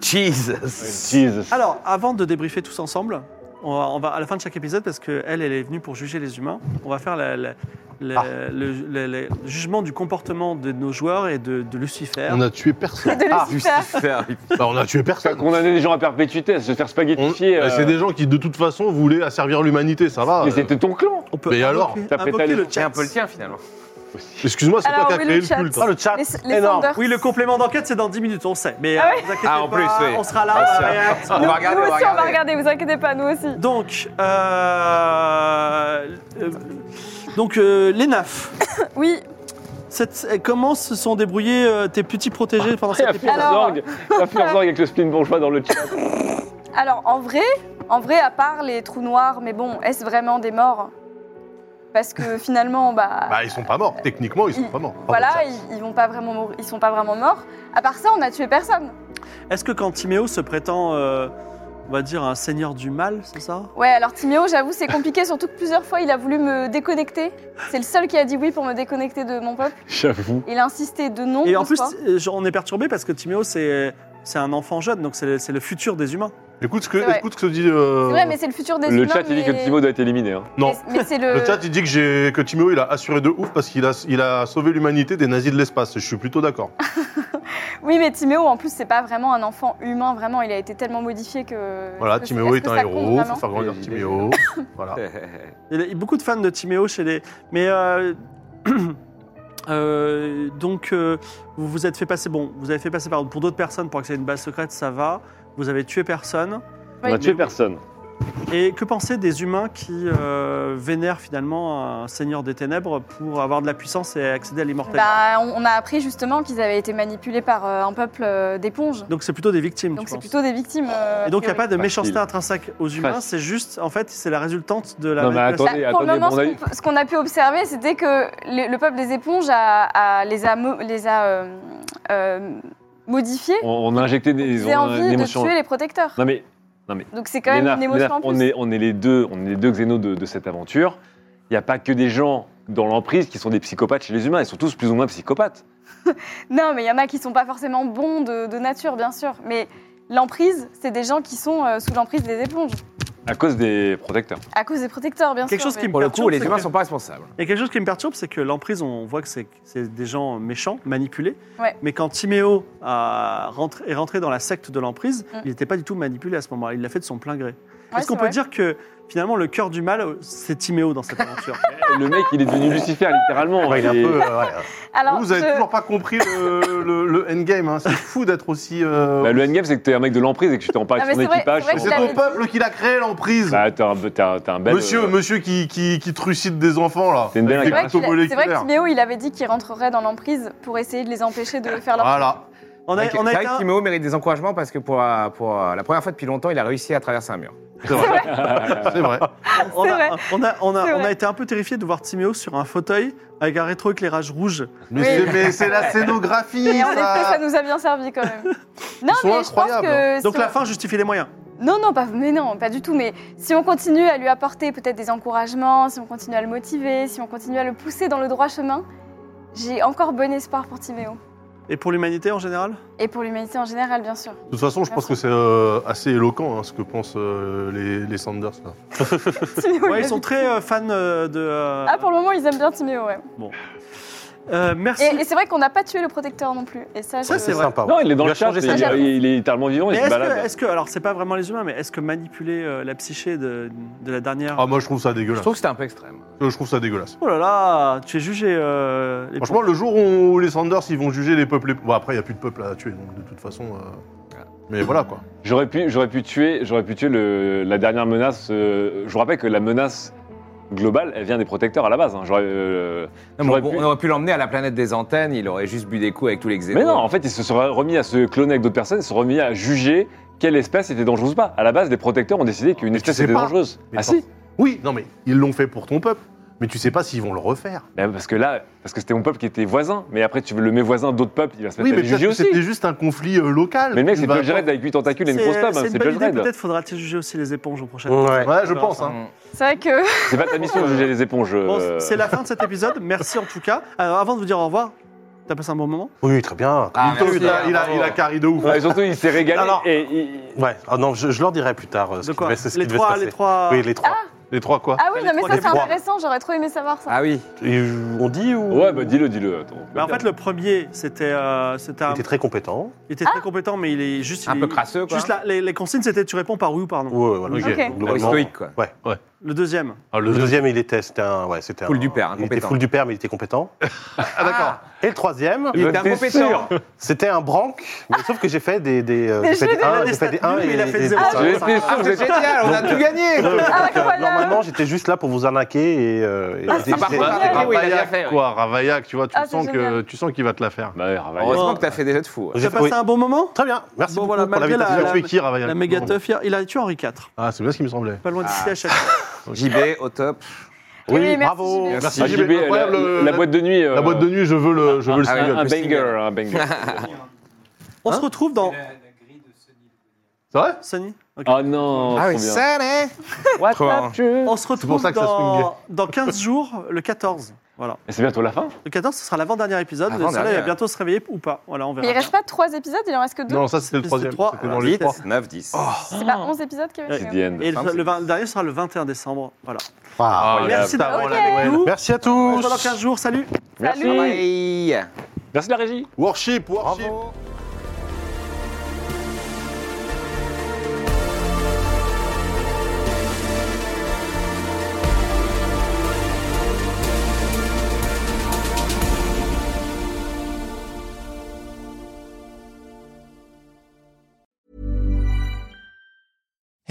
D: Jesus
B: Jesus.
A: Alors, avant de débriefer tous ensemble, on va, on va- à la fin de chaque épisode, parce qu'elle, elle est venue pour juger les humains, on va faire la- la- la-
D: Ah.
A: le, le- le- le jugement du comportement de nos joueurs et de, de Lucifer.
C: On a tué personne.
F: De
D: Ah,
F: Lucifer.
D: Lucifer, il
C: Bah, on a tué
B: T'as
C: personne.
B: condamné les gens à perpétuité, à se faire
C: On-
B: spaghettifier.
C: Mais
B: euh,
C: C'est des gens qui, de toute façon, voulaient asservir l'humanité, ça va.
B: Mais
C: euh.
B: c'était ton clan.
A: On peut
C: Mais alors
A: invoquer-
B: T'as pété
A: invoquer
B: les-
A: le
D: tient
A: chat.
D: un peu le tien finalement.
B: aussi.
C: Excuse-moi, c'est toi
F: Alors,
C: qui as
F: oui,
C: créé
F: le
C: le
F: chat.
C: culte.
E: Ah, le chat,
F: Les, les
E: énorme.
F: Thunder.
A: Oui, le complément d'enquête, c'est dans 10 minutes, on le sait. Mais
F: Ah
A: euh,
F: ouais
A: vous inquiétez
D: Ah, en
A: pas,
D: plus, oui.
A: on sera
D: Ah, c'est
A: là. euh,
D: On
F: Nous,
D: va regarder,
F: nous
D: on va
F: aussi, on va
D: regarder.
F: regarder, vous inquiétez pas, nous aussi.
A: Donc, euh, euh, donc euh, les nafs.
F: Oui,
A: Cette- euh, comment se sont débrouillés euh, tes petits protégés pendant
B: La
A: cette époque
F: Alors-
B: Furzorg La Furzorg avec le spleen bourgeois dans le chat.
F: alors en vrai, en vrai, à part les trous noirs, mais bon, est-ce vraiment des morts Parce que finalement, bah,
C: Bah, ils sont pas morts. Techniquement, ils sont
F: Ils-
C: pas morts.
F: voilà, ils, ils vont pas vraiment, mourir- ils sont pas vraiment morts. À part ça, on a tué personne.
A: Est-ce que quand Timéo se prétend, euh, on va dire, un seigneur du mal, c'est ça
F: Ouais, alors Timéo, j'avoue, c'est compliqué, surtout que plusieurs fois, il a voulu me déconnecter. C'est le seul qui a dit oui pour me déconnecter de mon peuple.
B: J'avoue.
F: Il a insisté de non.
A: Et en
F: deux
A: plus,
F: fois.
A: euh, je- on est perturbé parce que Timéo, c'est c'est un enfant jeune, donc c'est le- c'est le futur des humains.
C: Écoute ce que,
F: C'est vrai.
C: écoute ce que dit. euh,
F: c'est vrai, mais c'est le futur des
B: Le
F: humains.
B: chat, il dit que
F: mais-
B: Timo doit être éliminé. hein.
C: Non.
F: mais- mais c'est le.
C: Le chat, il dit que, j'ai- que Timéo, il a assuré de ouf parce qu'il a, il a sauvé l'humanité des nazis de l'espace. Je suis plutôt d'accord.
F: Oui, mais Timéo, en plus, c'est pas vraiment un enfant humain, vraiment. Il a été tellement modifié que.
C: Voilà,
F: est-ce que-
C: Timéo
F: est-ce
C: est
F: que
C: un
F: ça compte
C: héros,
F: vraiment
C: faut faire grandir
B: Oui, il est-
C: Timéo. voilà.
A: Il y a beaucoup de fans de Timéo chez les. Mais. euh, euh, donc, euh, vous vous êtes fait passer. Bon, vous avez fait passer par, pour d'autres personnes pour accéder à une base secrète, ça va. Vous avez tué personne.
B: On
F: Oui.
B: a tué personne.
A: Et que pensez des humains qui euh, vénèrent finalement un seigneur des ténèbres pour avoir de la puissance et accéder à l'immortalité
F: Bah, on, on a appris justement qu'ils avaient été manipulés par euh, un peuple euh, d'éponges.
A: Donc, c'est plutôt des victimes,
F: Donc
A: tu
F: c'est
A: penses.
F: plutôt des victimes. euh,
A: Et donc, il n'y a
F: priori.
A: pas de
B: Facile.
A: méchanceté intrinsèque aux humains,
B: Facile.
A: c'est juste, en fait, c'est la résultante de la.
B: Non, mais
A: manipulation.
B: attendez,
F: Bah, pour le
B: attendez,
F: moment,
B: bon, on a
F: ce
B: eu-
F: qu'on peut- ce qu'on a pu observer, c'était que le, le peuple des éponges a, a- les a, mo- les a euh, euh, modifiés.
B: On, on a injecté des,
F: Ils
B: on
F: ont
B: a
F: envie
B: une
F: de
B: émotion.
F: tuer les protecteurs.
B: Non mais
F: Donc c'est quand même
B: Léna,
F: une émotion
B: Léna,
F: en plus.
B: on, est, on est les deux, on est les deux xénos de, de cette aventure. Il n'y a pas que des gens dans l'emprise qui sont des psychopathes chez les humains. Ils sont tous plus ou moins psychopathes.
F: Non, mais il y en a qui sont pas forcément bons de, de nature, bien sûr. Mais l'emprise, c'est des gens qui sont euh, sous l'emprise des éponges,
B: À cause des protecteurs.
F: à cause des protecteurs, bien
A: Quelque
F: sûr.
A: chose qui me
D: Pour le coup,
A: perturbe,
D: les
A: c'est
D: humains
A: que-
D: sont pas responsables.
A: Il y a quelque chose qui me perturbe, c'est que l'emprise, on voit que c'est c'est des gens méchants, manipulés.
F: Ouais.
A: Mais quand Timéo a rentré- est rentré dans la secte de l'emprise,
F: Mm.
A: il n'était pas du tout manipulé à ce moment-là. Il l'a fait de son plein gré.
F: Ouais,
A: Est-ce qu'on
F: c'est
A: peut
F: vrai.
A: dire que finalement le cœur du mal, c'est Timéo dans cette aventure
F: Ah.
B: Et le mec, il est devenu Lucifer littéralement.
C: Ouais, il est un
B: Et-
C: peu, euh, ouais.
F: Alors,
C: vous, vous avez
F: je-
C: toujours pas compris le, le- le endgame. hein. C'est fou d'être aussi. euh,
B: Bah, le endgame, c'est que t'es un mec de l'emprise et que tu t'es en parle
F: Ah, mais
B: ton
F: c'est vrai-
B: équipage.
F: c'est
C: Mais
F: vrai
B: ton-
C: c'est
F: qu'il
C: ton
F: avait
C: peuple qui l'a créé l'emprise.
B: Bah, t'as un, t'as- t'as un bel.
C: monsieur,
B: euh,
C: monsieur qui, qui, qui trucide des enfants là.
B: C'est une belle
C: Avec des
F: C'est vrai
B: incarnation.
F: qu'il
C: couteaux
F: a- c'est vrai que
C: moléculaires.
F: Timéo, il avait dit qu'il rentrerait dans l'emprise pour essayer de les empêcher
B: Ah,
F: de faire leur.
C: Voilà.
A: On a,
D: Ok,
A: on a été
D: c'est vrai
A: un-
D: que Timéo mérite des encouragements parce que pour, euh, pour euh, la première fois depuis longtemps, il a réussi à traverser un mur.
C: C'est vrai. C'est vrai.
A: on
F: C'est vrai.
A: a- on a- on a-
F: C'est
A: on a
F: vrai.
A: été un peu terrifié de voir Timéo sur un fauteuil avec un rétroéclairage rouge.
C: Mais
F: Oui.
C: c'est- mais c'est la scénographie.
F: Et en effet,
C: ça.
F: ça nous a bien servi quand même. Non,
C: sont
F: mais je pense
C: incroyables, hein.
F: que.
A: Donc
F: si
A: la
F: on-
A: fin justifie les moyens.
F: Non, non, pas, mais non, pas du tout. Mais si on continue à lui apporter peut-être des encouragements, si on continue à le motiver, si on continue à le pousser dans le droit chemin, j'ai encore bon espoir pour Timéo.
A: Et pour l'humanité en général
F: Et pour l'humanité en général, bien sûr.
C: De toute façon, je pense que c'est euh, assez éloquent hein, ce que pensent euh, les, les Sanders. là.
F: Timéo, il
A: Ouais,
F: a
A: ils sont
F: dit-
A: très euh, fans euh, de. euh,
F: Ah, pour le moment, ils aiment bien Timéo, ouais.
A: euh, merci.
F: Et, et c'est vrai qu'on n'a pas tué le protecteur non plus. Et ça,
A: Ça,
F: je-
A: c'est vrai.
E: sympa. ouais.
B: Non, il est dans
E: Il
B: le
E: a
B: chat.
E: changé
B: Il,
E: sa
F: gueule.
B: il- il est littéralement vivant. Il
A: Mais
B: se
A: est-ce
B: balade.
A: que, est-ce que- alors c'est pas vraiment les humains, mais est-ce que manipuler euh, la psyché de, de la dernière.
C: Ah, moi, je trouve ça
D: Je
C: dégueulasse.
D: trouve que c'était un peu extrême.
C: Euh, Je trouve ça dégueulasse.
A: Oh là là, tu es jugé. euh, les
C: Franchement, le jour où les Sanders ils vont juger les peuples. Bon, après, il n'y a plus de peuple à tuer, donc de toute façon. euh, Mais voilà quoi.
B: J'aurais pu, j'aurais pu tuer, j'aurais pu tuer le- la dernière menace. euh, je vous rappelle que la menace globale, elle vient des protecteurs à la base. hein. J'aurais, euh,
D: Non, mais
B: J'aurais
D: bon,
B: pu-
D: On aurait pu l'emmener à la planète des antennes, il aurait juste bu des coups avec tous les xénos.
B: mais non, en fait, ils se seraient remis à se cloner avec d'autres personnes, ils se sont remis à juger quelle espèce était dangereuse ou pas. À la base, les protecteurs ont décidé qu'une
C: Mais
B: espèce
C: tu sais
B: était
C: pas.
B: dangereuse.
C: Mais
B: Ah
C: attends.
B: si
C: Oui, non mais ils l'ont fait pour ton peuple, mais tu sais pas s'ils vont le refaire.
B: Bah, Parce que là, parce que c'était mon peuple qui était voisin. Mais après, tu veux le mets voisin d'autres peuples, il va se
C: Oui,
B: mettre à
C: mais
B: le juger
C: peut-être que
B: aussi.
C: c'était juste un conflit euh, local.
B: Mais le mec, c'est
C: Il va-
B: Judge Red avec 8 tentacules et une grosse table. hein,
A: c'est une
B: C'est
A: bonne
B: Judge
A: idée.
B: Red.
A: Peut-être faudra-t-il juger aussi les éponges au prochain.
E: Ouais.
C: Ouais, je pense. hein.
D: Mm.
F: c'est vrai que.
B: C'est pas ta mission de juger les éponges.
A: Bon,
B: euh,
A: c'est la fin de cet épisode. Merci en tout cas. Alors, avant de vous dire au revoir, t'as passé un bon moment
E: Oui, très bien.
D: Ah,
C: Putain,
D: merci,
C: il, a, il, a,
D: bravo.
C: il a carré de ouf.
B: ouais, surtout, il s'est régalé.
E: Alors-
B: et il-
E: Ouais, ah non, je, je leur dirai plus tard euh, ce
A: De
E: qui devait-
A: quoi
E: c'est ce qui
A: Les
E: devait
A: trois,
E: se
A: les
E: passer.
A: trois.
E: Oui, les trois.
C: Les trois quoi
F: Ah oui,
A: les
F: non, mais
A: trois-
F: ça,
A: les
F: c'est
E: trois.
F: intéressant, j'aurais trop aimé savoir ça.
D: Ah oui.
E: Et on dit ou
B: Ouais, bah dis-le, dis-le. attends.
A: Bah, en fait, le premier, c'était. euh, c'était
E: Il
A: un-
E: était très compétent.
A: il était très
F: Ah.
A: compétent, mais il est juste.
D: Un
A: il
D: peu
A: est-
D: crasseux, quoi.
A: Juste là, les, les consignes, c'était tu réponds par oui ou par non.
E: Ouais, ouais, voilà.
C: Ok.
E: Donc,
F: Ok.
D: Ah oui,
E: globalement-
D: stoïque, quoi.
E: Ouais, ouais.
A: Le deuxième,
E: Ah, le deuxième, il était, c'était un, ouais, c'était
D: Full
E: un-
D: du père, hein,
E: il était
D: compétent.
E: full du père, mais il était compétent.
D: Ah, d'accord.
E: Et le troisième,
D: Il était
C: hein.
D: incompétent.
E: c'était un branque, mais sauf que j'ai fait des, des, euh, j'ai
F: jeux
E: fait
F: de-
E: des un,
A: des
E: j'ai fait des
A: stats
E: un
A: nuls, mais
E: et
A: il a fait
E: des-
A: zéro.
E: des-
A: Ah,
D: J'étais sûr, c'est génial, on a tout gagné.
E: Ouais, ouais,
F: Ah,
E: donc, euh,
F: voilà.
E: Normalement, j'étais juste là pour vous arnaquer et. euh, et-
F: Ah,
E: et-
D: Ah, par
E: et-
D: contre,
F: génial.
D: ah, oui, il a bien
C: Ravaillac,
D: fait. ouais.
C: quoi, Ravaillac, tu vois, tu
F: Ah,
C: sens
F: c'est
C: que
F: génial.
C: tu sens qu'il va te la faire.
B: Bah, ouais, Ravaillon.
D: Heureusement que t'as fait des jets de fou. ouais.
E: J'ai
A: t'as
E: fait-
A: passé
E: oui.
A: un bon moment
E: Très bien, merci
A: Bon,
E: beaucoup
A: voilà,
E: pour
A: malgré la-
C: Il a
E: l'invitation.
A: la-
C: tué qui, Ravaillac
A: La méga teuf, il a- il a tué Henri IV.
C: Ah, c'est bien ce qui me semblait.
A: Pas loin
B: Ah.
D: Ah.
A: d'ici à chaque
D: JB, au top.
F: Oui, merci, JB.
B: Merci,
C: Merci,
B: JB,
C: JB,
B: la,
C: incroyable,
B: la
C: la-
B: boîte de nuit. euh,
C: La boîte de nuit, je veux le, je veux le
B: un-
C: single.
B: un,
D: single.
B: banger, un banger.
A: On
C: Hein
A: se retrouve dans.
C: C'est vrai Ah,
A: Sonny Ok.
B: oh non,
D: Ah
B: trop bien.
D: né Trop bien.
A: On se retrouve
C: pour ça que ça
A: dans, dans 15 jours, le 14. Voilà.
B: Et c'est bientôt la fin Ah,
A: Le 14, ce sera l'avant-dernier épisode. Le soleil
D: Avant-dernier.
A: va bientôt se réveiller ou pas. Voilà, on verra.
F: Mais il reste pas trois épisodes, il en reste que deux.
C: Non, ça c'était le
A: C'est
C: troisième.
A: trois. Oh.
C: C'était dans les
D: 8,
C: trois.
D: 9, 10.
F: C'est pas 11 épisodes qu'il y avait
B: C'est
F: mais
B: the end.
A: Et le, le vingt- le dernier sera le 21 décembre. Voilà.
C: Waouh,
A: Merci
C: c'était avant
F: Ok.
C: la Noël.
A: Nous-
C: Ah, Merci à
A: On se
C: tous.
A: voit dans 15 jours. Salut.
F: bon.
D: Bye
F: Salut
D: bye.
B: Merci la régie.
C: Worship, worship.
D: Bravo.